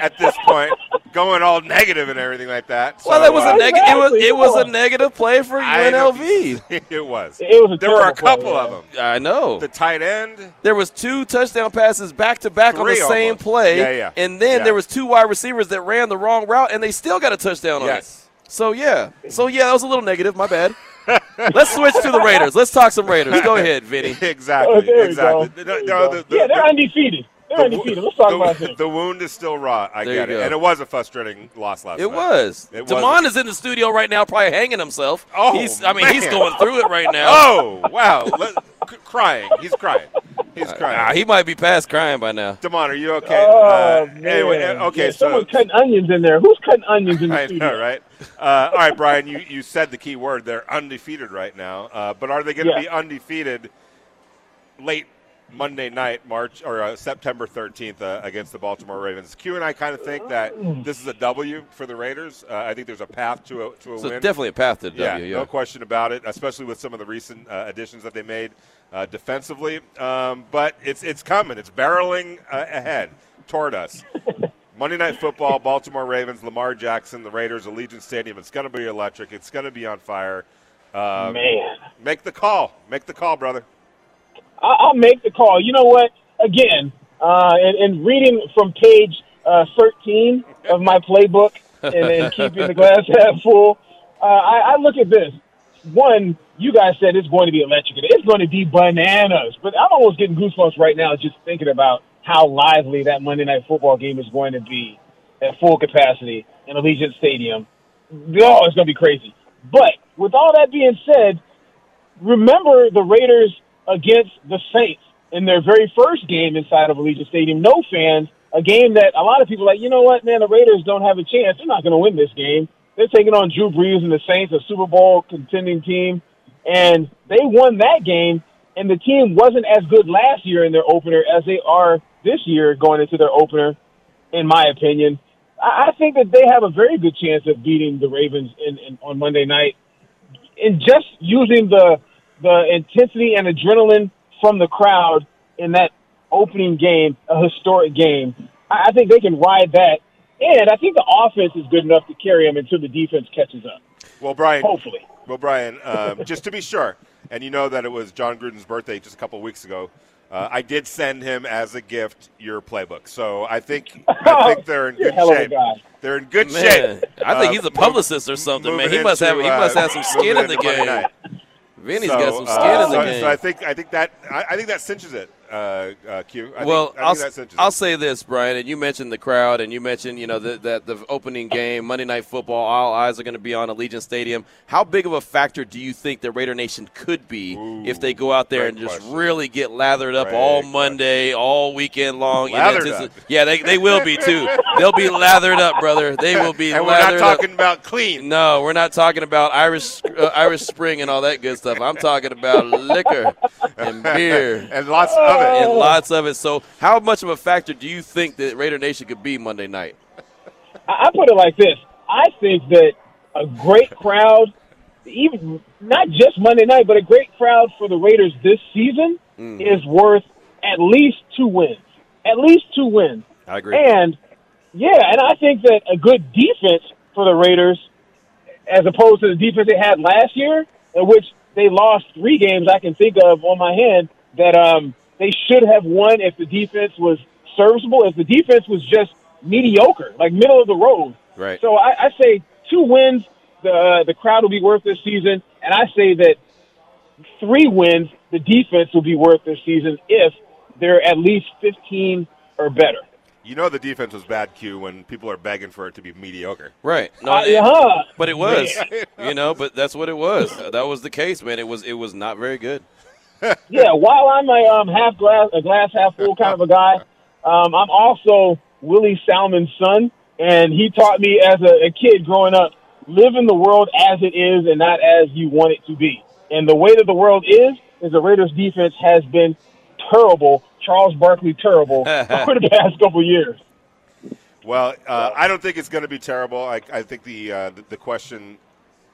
Speaker 3: at this point, going all negative and everything like that.
Speaker 2: well,
Speaker 3: So,
Speaker 2: that was
Speaker 3: uh,
Speaker 2: a negative. It was it was a
Speaker 7: Exactly.
Speaker 2: negative play for
Speaker 3: I know-
Speaker 2: UNLV.
Speaker 3: *laughs* it was.
Speaker 7: It was a
Speaker 3: There were a
Speaker 7: terrible play,
Speaker 3: couple
Speaker 7: yeah.
Speaker 3: of them.
Speaker 2: I know.
Speaker 3: The
Speaker 2: *laughs*
Speaker 3: tight end.
Speaker 2: There was two touchdown passes back to back on the
Speaker 3: Three
Speaker 2: same
Speaker 3: almost.
Speaker 2: play.
Speaker 3: Yeah, yeah.
Speaker 2: And then
Speaker 3: Yeah.
Speaker 2: there was two wide receivers that ran the wrong route and they still got a touchdown on
Speaker 3: Yes.
Speaker 2: it. So yeah. So yeah, that was a little negative, my bad. *laughs* Let's switch to the Raiders. Let's talk some Raiders. Go ahead, Vinny.
Speaker 3: Exactly.
Speaker 7: Oh, there
Speaker 3: exactly.
Speaker 7: you go. There you
Speaker 3: No,
Speaker 7: go.
Speaker 3: the- the-
Speaker 7: yeah, they're
Speaker 3: the-
Speaker 7: undefeated. They're
Speaker 3: the wo-
Speaker 7: undefeated. Let's talk
Speaker 3: the-
Speaker 7: about them.
Speaker 3: The wound is still raw. I
Speaker 2: There
Speaker 3: get
Speaker 2: you
Speaker 3: it.
Speaker 2: go.
Speaker 3: And it was a frustrating loss last
Speaker 2: It
Speaker 3: night.
Speaker 2: was.
Speaker 3: *laughs* It was.
Speaker 2: Damon is in the studio right now, probably hanging himself.
Speaker 3: Oh,
Speaker 2: he's I mean, he's
Speaker 3: man.
Speaker 2: going through it right now.
Speaker 3: *laughs* Oh, wow. Let, c- crying. He's crying. He's crying.
Speaker 2: Uh, Nah, he might be past crying by now.
Speaker 3: Damon, are you okay?
Speaker 7: Oh,
Speaker 3: Uh, anyway,
Speaker 7: man.
Speaker 3: uh, okay,
Speaker 7: Yeah,
Speaker 3: so
Speaker 7: someone's cutting onions in there. Who's cutting onions in the
Speaker 3: I
Speaker 7: studio?
Speaker 3: know, right? Uh, all right, Brian, you, you said the key word. They're undefeated right now. Uh, but are they going to
Speaker 7: Yeah.
Speaker 3: be undefeated late Monday night, March or uh, September 13th uh, against the Baltimore Ravens? Q and I kind of think
Speaker 7: Uh,
Speaker 3: that
Speaker 7: mm.
Speaker 3: this is a W for the Raiders. Uh, I think there's a path to a, to a
Speaker 2: So
Speaker 3: win.
Speaker 2: definitely a path to the
Speaker 3: Yeah,
Speaker 2: W. Yeah.
Speaker 3: no question about it, especially with some of the recent uh, additions that they made uh, defensively. Um, but it's it's coming. It's barreling uh, ahead
Speaker 2: *laughs*
Speaker 3: toward us. Monday Night Football, Baltimore Ravens, Lamar Jackson, the Raiders, Allegiant Stadium. It's going to be electric. It's going to be on fire. Um,
Speaker 7: Man,
Speaker 3: Make the call. Make the call, brother.
Speaker 7: I, I'll make the call. You know what? Again, uh, and, and reading from page uh, 13 of my playbook and, and keeping the glass half full, uh, I, I look at this. One, you guys said it's going to be electric. It's going to be bananas. But I'm almost getting goosebumps right now just thinking about how lively that Monday Night Football game is going to be at full capacity in Allegiant Stadium. Oh, it's going to be crazy. But with all that being said, remember the Raiders against the Saints in their very first game inside of Allegiant Stadium. No fans, a game that a lot of people are like, you know what, man, the Raiders don't have a chance. They're not going to win this game. They're taking on Drew Brees and the Saints, a Super Bowl contending team, and they won that game. And the team wasn't as good last year in their opener as they are this year going into their opener in my opinion. I, I think that they have a very good chance of beating the Ravens in, in, on Monday night, and just using the the intensity and adrenaline from the crowd in that opening game, a historic game. I, I think they can ride that, and I think the offense is good enough to carry them until the defense catches up.
Speaker 3: Well, Brian.
Speaker 2: Oh,
Speaker 7: Hopefully.
Speaker 3: Well, Brian, um, just to be sure, and you know that it was John Gruden's birthday just a couple weeks ago. Uh, I did send him as a gift your playbook, so I
Speaker 7: *laughs*
Speaker 3: think I think they're in
Speaker 7: You're a
Speaker 3: good
Speaker 7: hell of a
Speaker 3: shape.
Speaker 7: guy.
Speaker 3: They're in good
Speaker 2: Man,
Speaker 3: shape.
Speaker 2: I
Speaker 3: Uh,
Speaker 2: think he's a
Speaker 3: move-
Speaker 2: publicist or something, man.
Speaker 3: moving
Speaker 2: He must have he
Speaker 3: into, uh,
Speaker 2: must have some skin
Speaker 3: moving
Speaker 2: in the
Speaker 3: into Monday
Speaker 2: game.
Speaker 3: night.
Speaker 2: Vinny's
Speaker 3: so,
Speaker 2: got some
Speaker 3: uh,
Speaker 2: skin in the
Speaker 3: so-
Speaker 2: game.
Speaker 3: So I think I think that I, I think that cinches it. Uh, uh, Q. I
Speaker 2: well,
Speaker 3: think, I
Speaker 2: I'll,
Speaker 3: think that
Speaker 2: s-
Speaker 3: cinches
Speaker 2: I'll
Speaker 3: it.
Speaker 2: say this, Brian, and you mentioned the crowd, and you mentioned you know the, that the opening game, Monday Night Football, all eyes are going to be on Allegiant Stadium. How big of a factor do you think that Raider Nation could be
Speaker 3: Ooh,
Speaker 2: if they go out there
Speaker 3: great
Speaker 2: and just
Speaker 3: question.
Speaker 2: really get lathered up
Speaker 3: Great
Speaker 2: all
Speaker 3: question.
Speaker 2: Monday, all weekend long? in
Speaker 3: Lathered
Speaker 2: antici-
Speaker 3: up.
Speaker 2: Yeah, they, they will be too. They'll be lathered up, brother. They will be.
Speaker 3: *laughs* and we're
Speaker 2: lathered
Speaker 3: not
Speaker 2: up.
Speaker 3: talking about clean.
Speaker 2: No, we're not talking about Irish uh, Irish Spring and all that good stuff. I'm talking about liquor and beer
Speaker 3: and lots of it.
Speaker 7: Oh.
Speaker 2: Oh. and lots of it. So, how much of a factor do you think that Raider Nation could be Monday night?
Speaker 7: I I put it like this: I think that a great crowd, even not just Monday night, but a great crowd for the Raiders this season is worth at least two wins. At least two wins.
Speaker 3: I agree.
Speaker 7: And yeah, and I think that a good defense for the Raiders, as opposed to the defense they had last year, in which they lost three games I can think of on my hand that um, they should have won if the defense was serviceable, if the defense was just mediocre, like middle of the road.
Speaker 2: Right.
Speaker 7: So I, I say two wins, the the crowd will be worth this season, and I say that three wins, the defense will be worth this season if they're at least fifteen or better.
Speaker 3: You know the defense was bad, Q, when people are begging for it to be mediocre.
Speaker 2: Right. No,
Speaker 7: Uh,
Speaker 2: it-
Speaker 7: yeah, huh?
Speaker 2: But it
Speaker 7: *laughs*
Speaker 2: was, you know. But that's what it was. Uh, That was the case, man. It was. It was not very good.
Speaker 7: yeah, while I'm a um, half glass, a glass half full kind of a guy, um, I'm also Willie Salmon's son, and he taught me as a, a kid growing up, live in the world as it is and not as you want it to be. And the way that the world is is the Raiders' defense has been terrible, Charles Barkley
Speaker 2: *laughs*
Speaker 7: terrible *laughs* over the past couple years.
Speaker 3: Well, uh, I don't think it's going to be terrible. I, I think the, uh, the the question,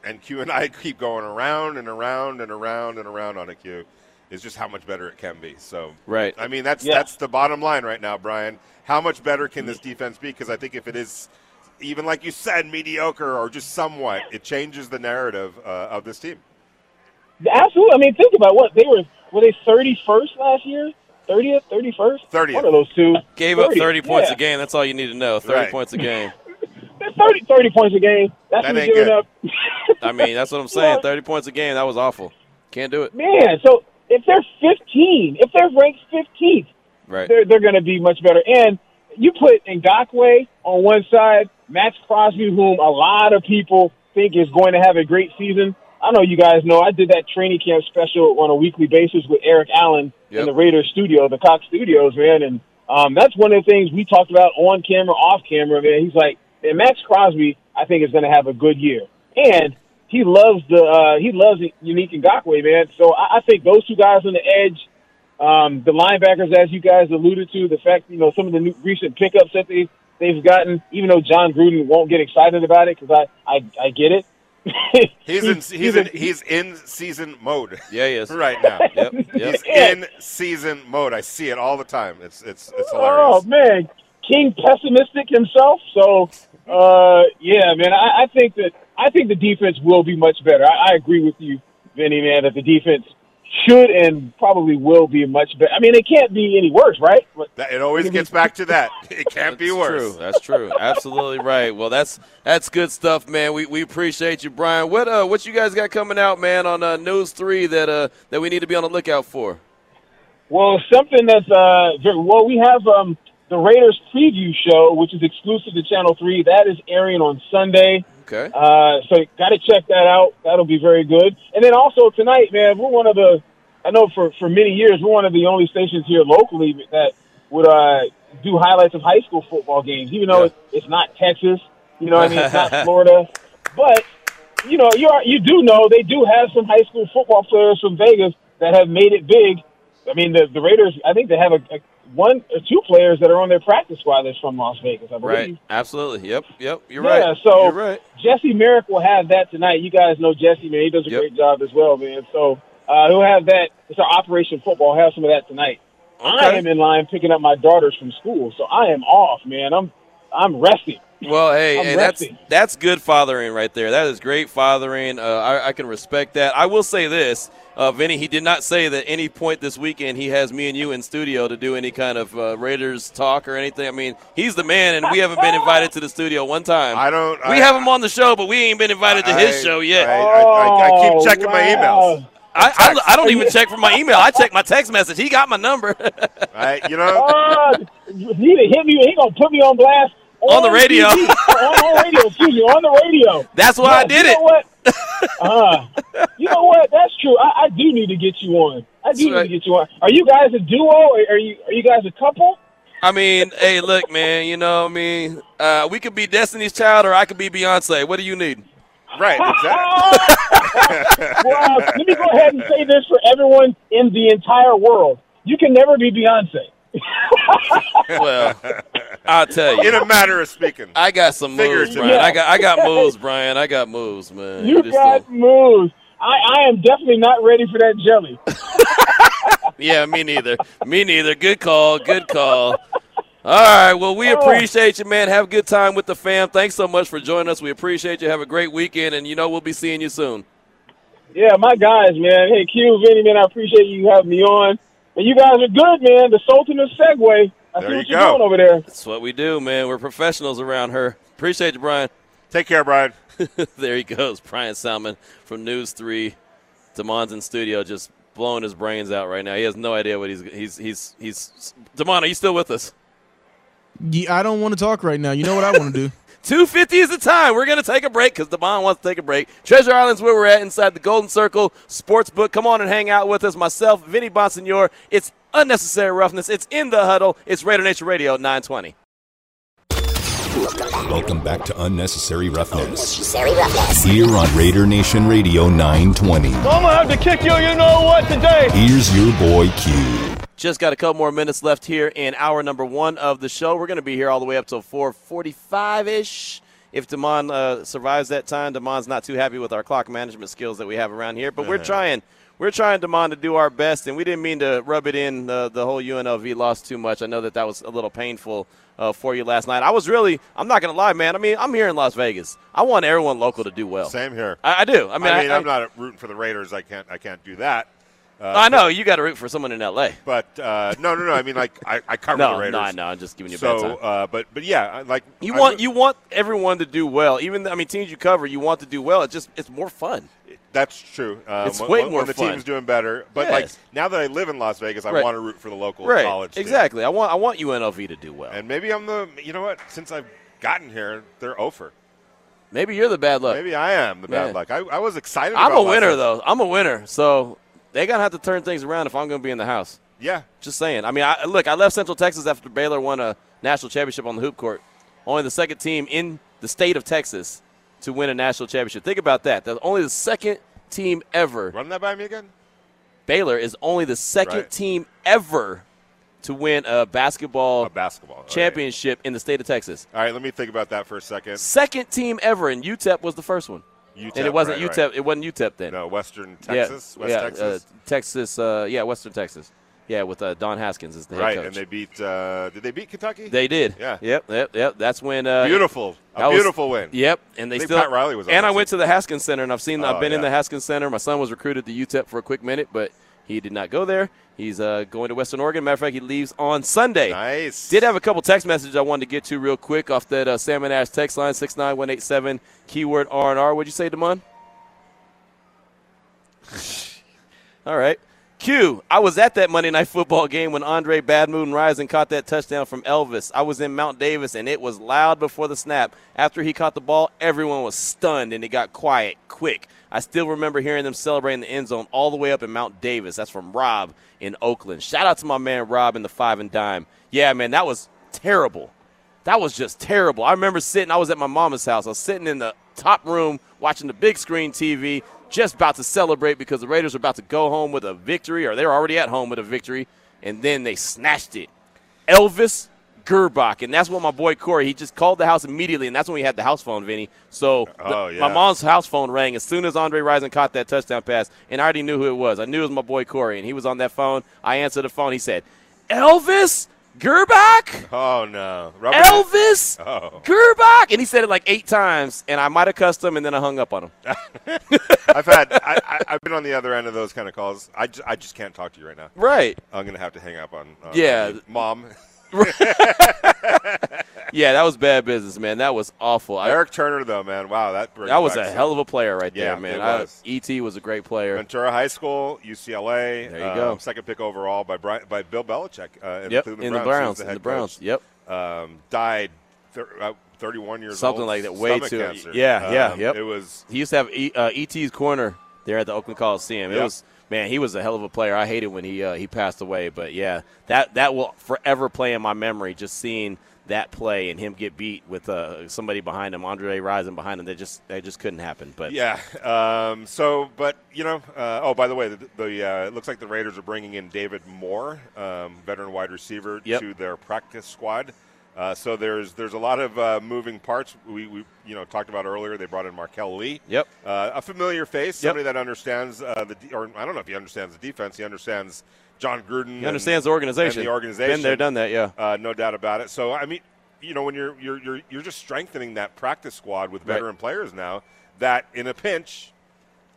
Speaker 3: and Q and I *laughs* keep going around and around and around and around on a Q, is just how much better it can be. So,
Speaker 2: Right.
Speaker 3: I mean, that's
Speaker 7: Yeah.
Speaker 3: that's the bottom line right now, Brian. How much better can this defense be? Because I think if it is, even like you said, mediocre or just somewhat, it changes the narrative uh, of this team.
Speaker 7: Absolutely. I mean, think about what they were. Were they 31st last year? 30th, 31st,
Speaker 3: 30th.
Speaker 7: One of those two
Speaker 2: Gave up 30 points
Speaker 7: yeah.
Speaker 2: a game. That's all you need to know. 30
Speaker 3: Right.
Speaker 2: points a game.
Speaker 7: That's 30, 30 points a game. That's
Speaker 3: That
Speaker 7: what
Speaker 3: ain't
Speaker 7: you're giving
Speaker 3: good.
Speaker 7: up. *laughs*
Speaker 2: I mean, that's what I'm saying.
Speaker 7: Well-
Speaker 2: 30 points a game. That was awful. Can't do it.
Speaker 7: Man, so if they're 15, if they're ranked 15th,
Speaker 2: Right.
Speaker 7: they're, they're going to be much better. And you put Ngakwe on one side, Max Crosby, whom a lot of people think is going to have a great season. I know you guys know I did that training camp special on a weekly basis with Eric Allen
Speaker 2: Yep.
Speaker 7: in the Raiders studio, the Cox Studios, man. And um, that's one of the things we talked about on camera, off camera, man. He's like, and Max Crosby, I think, is going to have a good year. And he loves the uh, he loves Unique Ngakwe, man. So I, I think those two guys on the edge, um, the linebackers, as you guys alluded to, the fact you know some of the new, recent pickups that they they've gotten. Even though John Gruden won't get excited about it because I, I I get it. *laughs*
Speaker 3: He's in he's in he's in season mode *laughs*
Speaker 2: Yeah, he is.
Speaker 3: right now.
Speaker 2: Yep. Yep.
Speaker 3: He's in season mode. I see it all the time. It's it's it's
Speaker 7: oh
Speaker 3: hilarious.
Speaker 7: man, King pessimistic himself. So uh, yeah, man, I, I think that I think the defense will be much better. I, I agree with you, Vinny, man, that the defense should and probably will be much better. I mean, it can't be any worse, right? But
Speaker 3: That, it always gets back to that. It can't be
Speaker 2: That's
Speaker 3: worse.
Speaker 2: True. That's true. Absolutely right. Well, that's that's good stuff, man. We, we appreciate you, Brian. What uh what you guys got coming out, man, on uh, News Three that uh that we need to be on the lookout for?
Speaker 7: Well, something that's uh, very- well, we have um, the Raiders preview show, which is exclusive to Channel Three. That is airing on Sunday,
Speaker 2: Okay.
Speaker 7: uh, so got to check that out. That'll be very good. And then also tonight, man, we're one of the I know for for many years we're one of the only stations here locally that would uh, do highlights of high school football games, even though
Speaker 2: Yeah.
Speaker 7: it's, it's not Texas, you know, what I mean,
Speaker 2: *laughs*
Speaker 7: it's not Florida, but you know, you are, you do know they do have some high school football players from Vegas that have made it big. I mean, the the Raiders. I think they have a, a one or two players that are on their practice squad that's from Las Vegas. I believe.
Speaker 2: Right. Absolutely. Yep. Yep. You're
Speaker 7: Yeah,
Speaker 2: right.
Speaker 7: so-
Speaker 2: You're right.
Speaker 7: Jesse Merrick will have that tonight. You guys know Jesse, man. He does a
Speaker 2: Yep.
Speaker 7: great job as well, man. So uh, he'll have that. It's our Operation Football. Have some of that tonight. I
Speaker 2: Okay.
Speaker 7: am in line picking up my daughters from school, so I am off, man. I'm I'm resting.
Speaker 2: Well, hey,
Speaker 7: I'm
Speaker 2: hey that's
Speaker 7: resting.
Speaker 2: that's good fathering right there. That is great fathering. Uh, I, I can respect that. I will say this, uh, Vinny. He did not say that any point this weekend he has me and you in studio to do any kind of uh, Raiders talk or anything. I mean, he's the man, and we haven't been invited to the studio one time.
Speaker 3: I don't.
Speaker 2: we
Speaker 3: I,
Speaker 2: have him on the show, but we ain't been invited to his
Speaker 3: I-
Speaker 2: show yet.
Speaker 3: I, I, I, I
Speaker 7: Oh,
Speaker 3: keep checking my
Speaker 7: wow.
Speaker 3: emails.
Speaker 2: I, I, I don't even check for my email. I check my text message. He got my number *laughs*
Speaker 3: I, you
Speaker 7: *laughs*
Speaker 3: know,
Speaker 7: Oh, he done hit me. He gonna put me on blast
Speaker 2: on the radio.
Speaker 7: TV. on, on radio. Excuse me, on the radio.
Speaker 2: That's why I
Speaker 7: Yes,
Speaker 2: did
Speaker 7: you
Speaker 2: it.
Speaker 7: Know what? Uh, you know what? That's true. I, I do need to get you on. I do
Speaker 2: That's
Speaker 7: need
Speaker 2: right.
Speaker 7: to get you on. Are you guys a duo? Or are you Are you guys a couple?
Speaker 2: I mean, hey, look, man. You know, what I mean, uh, we could be Destiny's Child, or I could be Beyonce. What do you need? *laughs*
Speaker 3: right?
Speaker 7: *laughs*
Speaker 3: Exactly.
Speaker 7: well, let me go ahead and say this for everyone in the entire world: you can never be Beyonce.
Speaker 2: Well, I'll tell you.
Speaker 3: in a matter of speaking.
Speaker 2: I got some moves,
Speaker 3: Figuratively.
Speaker 2: Brian. I got I got moves, Brian. I got moves, man.
Speaker 7: You
Speaker 2: just
Speaker 7: got
Speaker 2: don't-
Speaker 7: moves. I, I am definitely not ready for that jelly.
Speaker 2: yeah, me neither. Me neither. Good call. Good call. All right. Well, we
Speaker 7: Oh.
Speaker 2: appreciate you, man. Have a good time with the fam. Thanks so much for joining us. We appreciate you. Have a great weekend, and you know we'll be seeing you soon.
Speaker 7: Yeah, my guys, man. Hey, Q, Vinny, man, I appreciate you having me on. And you guys are good, man. The Sultan of Segway. I
Speaker 3: There
Speaker 7: see
Speaker 3: you
Speaker 7: what
Speaker 3: go.
Speaker 7: are doing over there.
Speaker 2: That's what we do, man. We're professionals around her. Appreciate you, Brian.
Speaker 3: Take care, Brian.
Speaker 2: *laughs* there he goes, Brian Salmon from News Three. Demond's in studio, just blowing his brains out right now. He has no idea what he's he's he's he's. Demond, are you still with us?
Speaker 9: Yeah, I don't want to talk right now. You know what I want to do?
Speaker 2: 250 is the time. We're going to take a break because Devon wants to take a break. Treasure Island's where we're at inside the Golden Circle Sportsbook. Come on and hang out with us. Myself, Vinny Bonsignor. It's unnecessary roughness. It's in the huddle. It's Raider Nation Radio 920.
Speaker 1: Welcome back to Unnecessary Roughness. Here on Raider Nation Radio 920.
Speaker 8: I'm gonna have to kick you, you know what, today.
Speaker 1: Here's your boy Q.
Speaker 2: Just got a couple more minutes left here in hour number one of the show. We're going to be here all the way up till 4:45 ish. If Damon uh, survives that time, Damon's not too happy with our clock management skills that we have around here. But
Speaker 3: Uh-huh.
Speaker 2: we're trying, we're trying, Damon, to do our best. And we didn't mean to rub it in uh, the, the whole UNLV loss too much. I know that that was a little painful uh, for you last night. I was really, I'm not going to lie, man. I mean, I'm here in Las Vegas. I want everyone local to do well.
Speaker 3: Same here.
Speaker 2: I, I do. I mean,
Speaker 3: I mean,
Speaker 2: I,
Speaker 3: I, am not rooting for the Raiders. I can't. I can't do that.
Speaker 2: I know you got to root for someone in LA.
Speaker 3: But uh, no, no, no. I mean, like I, I cover
Speaker 2: No,
Speaker 3: the Raiders.
Speaker 2: no, no. I'm just giving you a bad time.
Speaker 3: So, uh, but but yeah, I- like
Speaker 2: You
Speaker 3: I
Speaker 2: want
Speaker 3: would-
Speaker 2: you want everyone to do well. Even th- I mean, teams you cover, you want to do well. It's just it's more fun.
Speaker 3: That's true. Um,
Speaker 2: It's
Speaker 3: when,
Speaker 2: way
Speaker 3: when-
Speaker 2: more
Speaker 3: when the
Speaker 2: fun.
Speaker 3: team's doing better. But
Speaker 2: Yes.
Speaker 3: like now that I live in Las Vegas, I
Speaker 2: Right.
Speaker 3: want to root for the local college. team.
Speaker 2: Exactly. I want I want UNLV to do well.
Speaker 3: And maybe I'm the. You know what? Since I've gotten here, they're over.
Speaker 2: maybe you're the bad luck.
Speaker 3: Maybe I am the bad
Speaker 2: Yeah.
Speaker 3: luck. I, I was excited.
Speaker 2: I'm
Speaker 3: about
Speaker 2: a winner
Speaker 3: last night.
Speaker 2: though. I'm a winner. So they gonna have to turn things around if I'm gonna be in the house.
Speaker 3: Yeah.
Speaker 2: Just saying. I mean, I, look, I left Central Texas after Baylor won a national championship on the hoop court. Only the second team in the state of Texas to win a national championship. Think about that. That's only the second team ever.
Speaker 3: Run that by me again.
Speaker 2: Baylor is only the second
Speaker 3: Right.
Speaker 2: team ever to win a basketball
Speaker 3: A basketball All right.
Speaker 2: championship in the state of Texas.
Speaker 3: All right, let me think about that for a second.
Speaker 2: Second team ever, and UTEP was the first one.
Speaker 3: UTEP,
Speaker 2: and it wasn't
Speaker 3: right,
Speaker 2: UTEP.
Speaker 3: right.
Speaker 2: It wasn't UTEP then.
Speaker 3: No, Western Texas,
Speaker 2: yeah,
Speaker 3: West
Speaker 2: yeah,
Speaker 3: Texas.
Speaker 2: uh, Texas. Uh, yeah, Western Texas. Yeah, with uh, Don Haskins as the head
Speaker 3: right,
Speaker 2: coach.
Speaker 3: and they beat. Uh, did they beat Kentucky?
Speaker 2: They did.
Speaker 3: Yeah.
Speaker 2: Yep. Yep. Yep. That's when. Uh,
Speaker 3: beautiful,
Speaker 2: that
Speaker 3: a
Speaker 2: was-
Speaker 3: beautiful win.
Speaker 2: Yep. And they
Speaker 3: I think
Speaker 2: still.
Speaker 3: Pat Riley was on
Speaker 2: and
Speaker 3: that
Speaker 2: I went to the Haskins Center, and I've seen. I've
Speaker 3: Oh,
Speaker 2: been in
Speaker 3: yeah.
Speaker 2: the Haskins Center. My son was recruited to UTEP for a quick minute, but he did not go there. He's uh, going to Western Oregon. Matter of fact, he leaves on Sunday.
Speaker 3: Nice.
Speaker 2: Did have a couple text messages I wanted to get to real quick off that uh, Salmon Ash text line six nine one eight seven keyword R and R. What'd you say, Demond? All right. Q. I was at that Monday night football game when Andre Bad Moon Rising caught that touchdown from Elvis. I was in Mount Davis and it was loud before the snap. After he caught the ball, everyone was stunned and it got quiet quick. I still remember hearing them celebrating the end zone all the way up in Mount Davis. That's from Rob in Oakland. Shout out to my man Rob in the five and dime. Yeah, man, that was terrible. That was just terrible. I remember sitting, I was at my mama's house. I was sitting in the top room watching the big screen TV, just about to celebrate because the Raiders were about to go home with a victory, or they're already at home with a victory, and then they snatched it. Elvis Gerbach, and that's what my boy Corey, he just called the house immediately, and that's when we had the house phone, Vinny. So the-
Speaker 3: Oh, yeah.
Speaker 2: my mom's house phone rang as soon as Andre Rison caught that touchdown pass, and I already knew who it was. I knew it was my boy Corey, and he was on that phone. I answered the phone. He said, Elvis Gerbach?
Speaker 3: Oh no, Robert,
Speaker 2: Elvis
Speaker 3: *laughs* Oh.
Speaker 2: Gerbach, and he said it like eight times, and I might have cussed him, and then I hung up on
Speaker 3: *laughs*
Speaker 2: him.
Speaker 3: I've had. I, I, I've been on the other end of those kind of calls. I ju- I just can't talk to you right now.
Speaker 2: Right?
Speaker 3: I'm gonna have to hang up on. Uh,
Speaker 2: Yeah.
Speaker 3: mom.
Speaker 2: Yeah, that was bad business, man. That was awful. I,
Speaker 3: Eric Turner though, man. Wow, that brings
Speaker 2: that was
Speaker 3: back
Speaker 2: a
Speaker 3: some-
Speaker 2: hell of a player right
Speaker 3: Yeah,
Speaker 2: there, man.
Speaker 3: it
Speaker 2: I-
Speaker 3: was.
Speaker 2: Et was a great player.
Speaker 3: Ventura High School, UCLA.
Speaker 2: There you go.
Speaker 3: um, Second pick overall by Brian, by Bill Belichick uh,
Speaker 2: Yep,
Speaker 3: in the Cleveland
Speaker 2: in the
Speaker 3: Browns.
Speaker 2: Browns,
Speaker 3: He was
Speaker 2: in the
Speaker 3: head
Speaker 2: Browns.
Speaker 3: coach.
Speaker 2: Yep,
Speaker 3: um, died thir- uh, 31 years
Speaker 2: Something
Speaker 3: old.
Speaker 2: like that, way
Speaker 3: stomach
Speaker 2: too-
Speaker 3: cancer. Um,
Speaker 2: yeah, yeah, yep.
Speaker 3: It was
Speaker 2: he used to have e, uh, Et's corner there at the Oakland Coliseum. It
Speaker 3: Yep.
Speaker 2: was man, he was a hell of a player. I hated when he uh, he passed away, but yeah, that that will forever play in my memory. Just seeing that play and him get beat with uh, somebody behind him, Andre Rison behind him. That just that just couldn't happen. But
Speaker 3: yeah. Um, so, but you know, uh, oh, by the way, the, the uh, it looks like the Raiders are bringing in David Moore, um, veteran wide receiver,
Speaker 2: Yep.
Speaker 3: to their practice squad. Uh, so there's there's a lot of uh, moving parts. We, we you know talked about earlier. They brought in Markel Lee.
Speaker 2: Yep.
Speaker 3: Uh, a familiar face, somebody that understands uh, the de- or I don't know if he understands the defense. He understands John Gruden.
Speaker 2: He understands the organization.
Speaker 3: And the organization.
Speaker 2: Been there, done that. Yeah.
Speaker 3: Uh, no doubt about it. So I mean, you know, when you're you're you're, you're just strengthening that practice squad with
Speaker 2: Right.
Speaker 3: veteran players now, that in a pinch,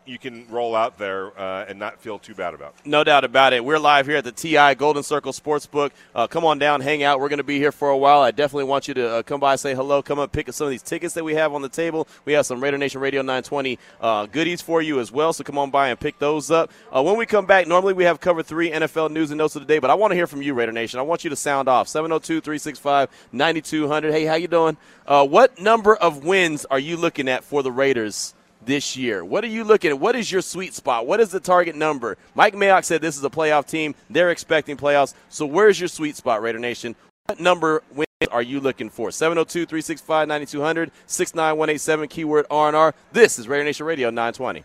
Speaker 3: you can roll out there uh, and not feel too bad about.
Speaker 2: No doubt about it. We're live here at the TI Golden Circle Sportsbook. Uh, come on down, hang out. We're going to be here for a while. I definitely want you to uh, come by, say hello, come up, pick up some of these tickets that we have on the table. We have some Raider Nation Radio 920 uh, goodies for you as well, so come on by and pick those up. Uh, when we come back, normally we have cover three NFL news and notes of the day, but I want to hear from you, Raider Nation. I want you to sound off 702 365 9200. Hey, how you doing? Uh, what number of wins are you looking at for the Raiders? this year? What are you looking at? What is your sweet spot? What is the target number? Mike Mayock said this is a playoff team. They're expecting playoffs. So where's your sweet spot, Raider Nation? What number wins are you looking for? 702 365 9200, 69187, keyword R&R. This is Raider Nation Radio 920.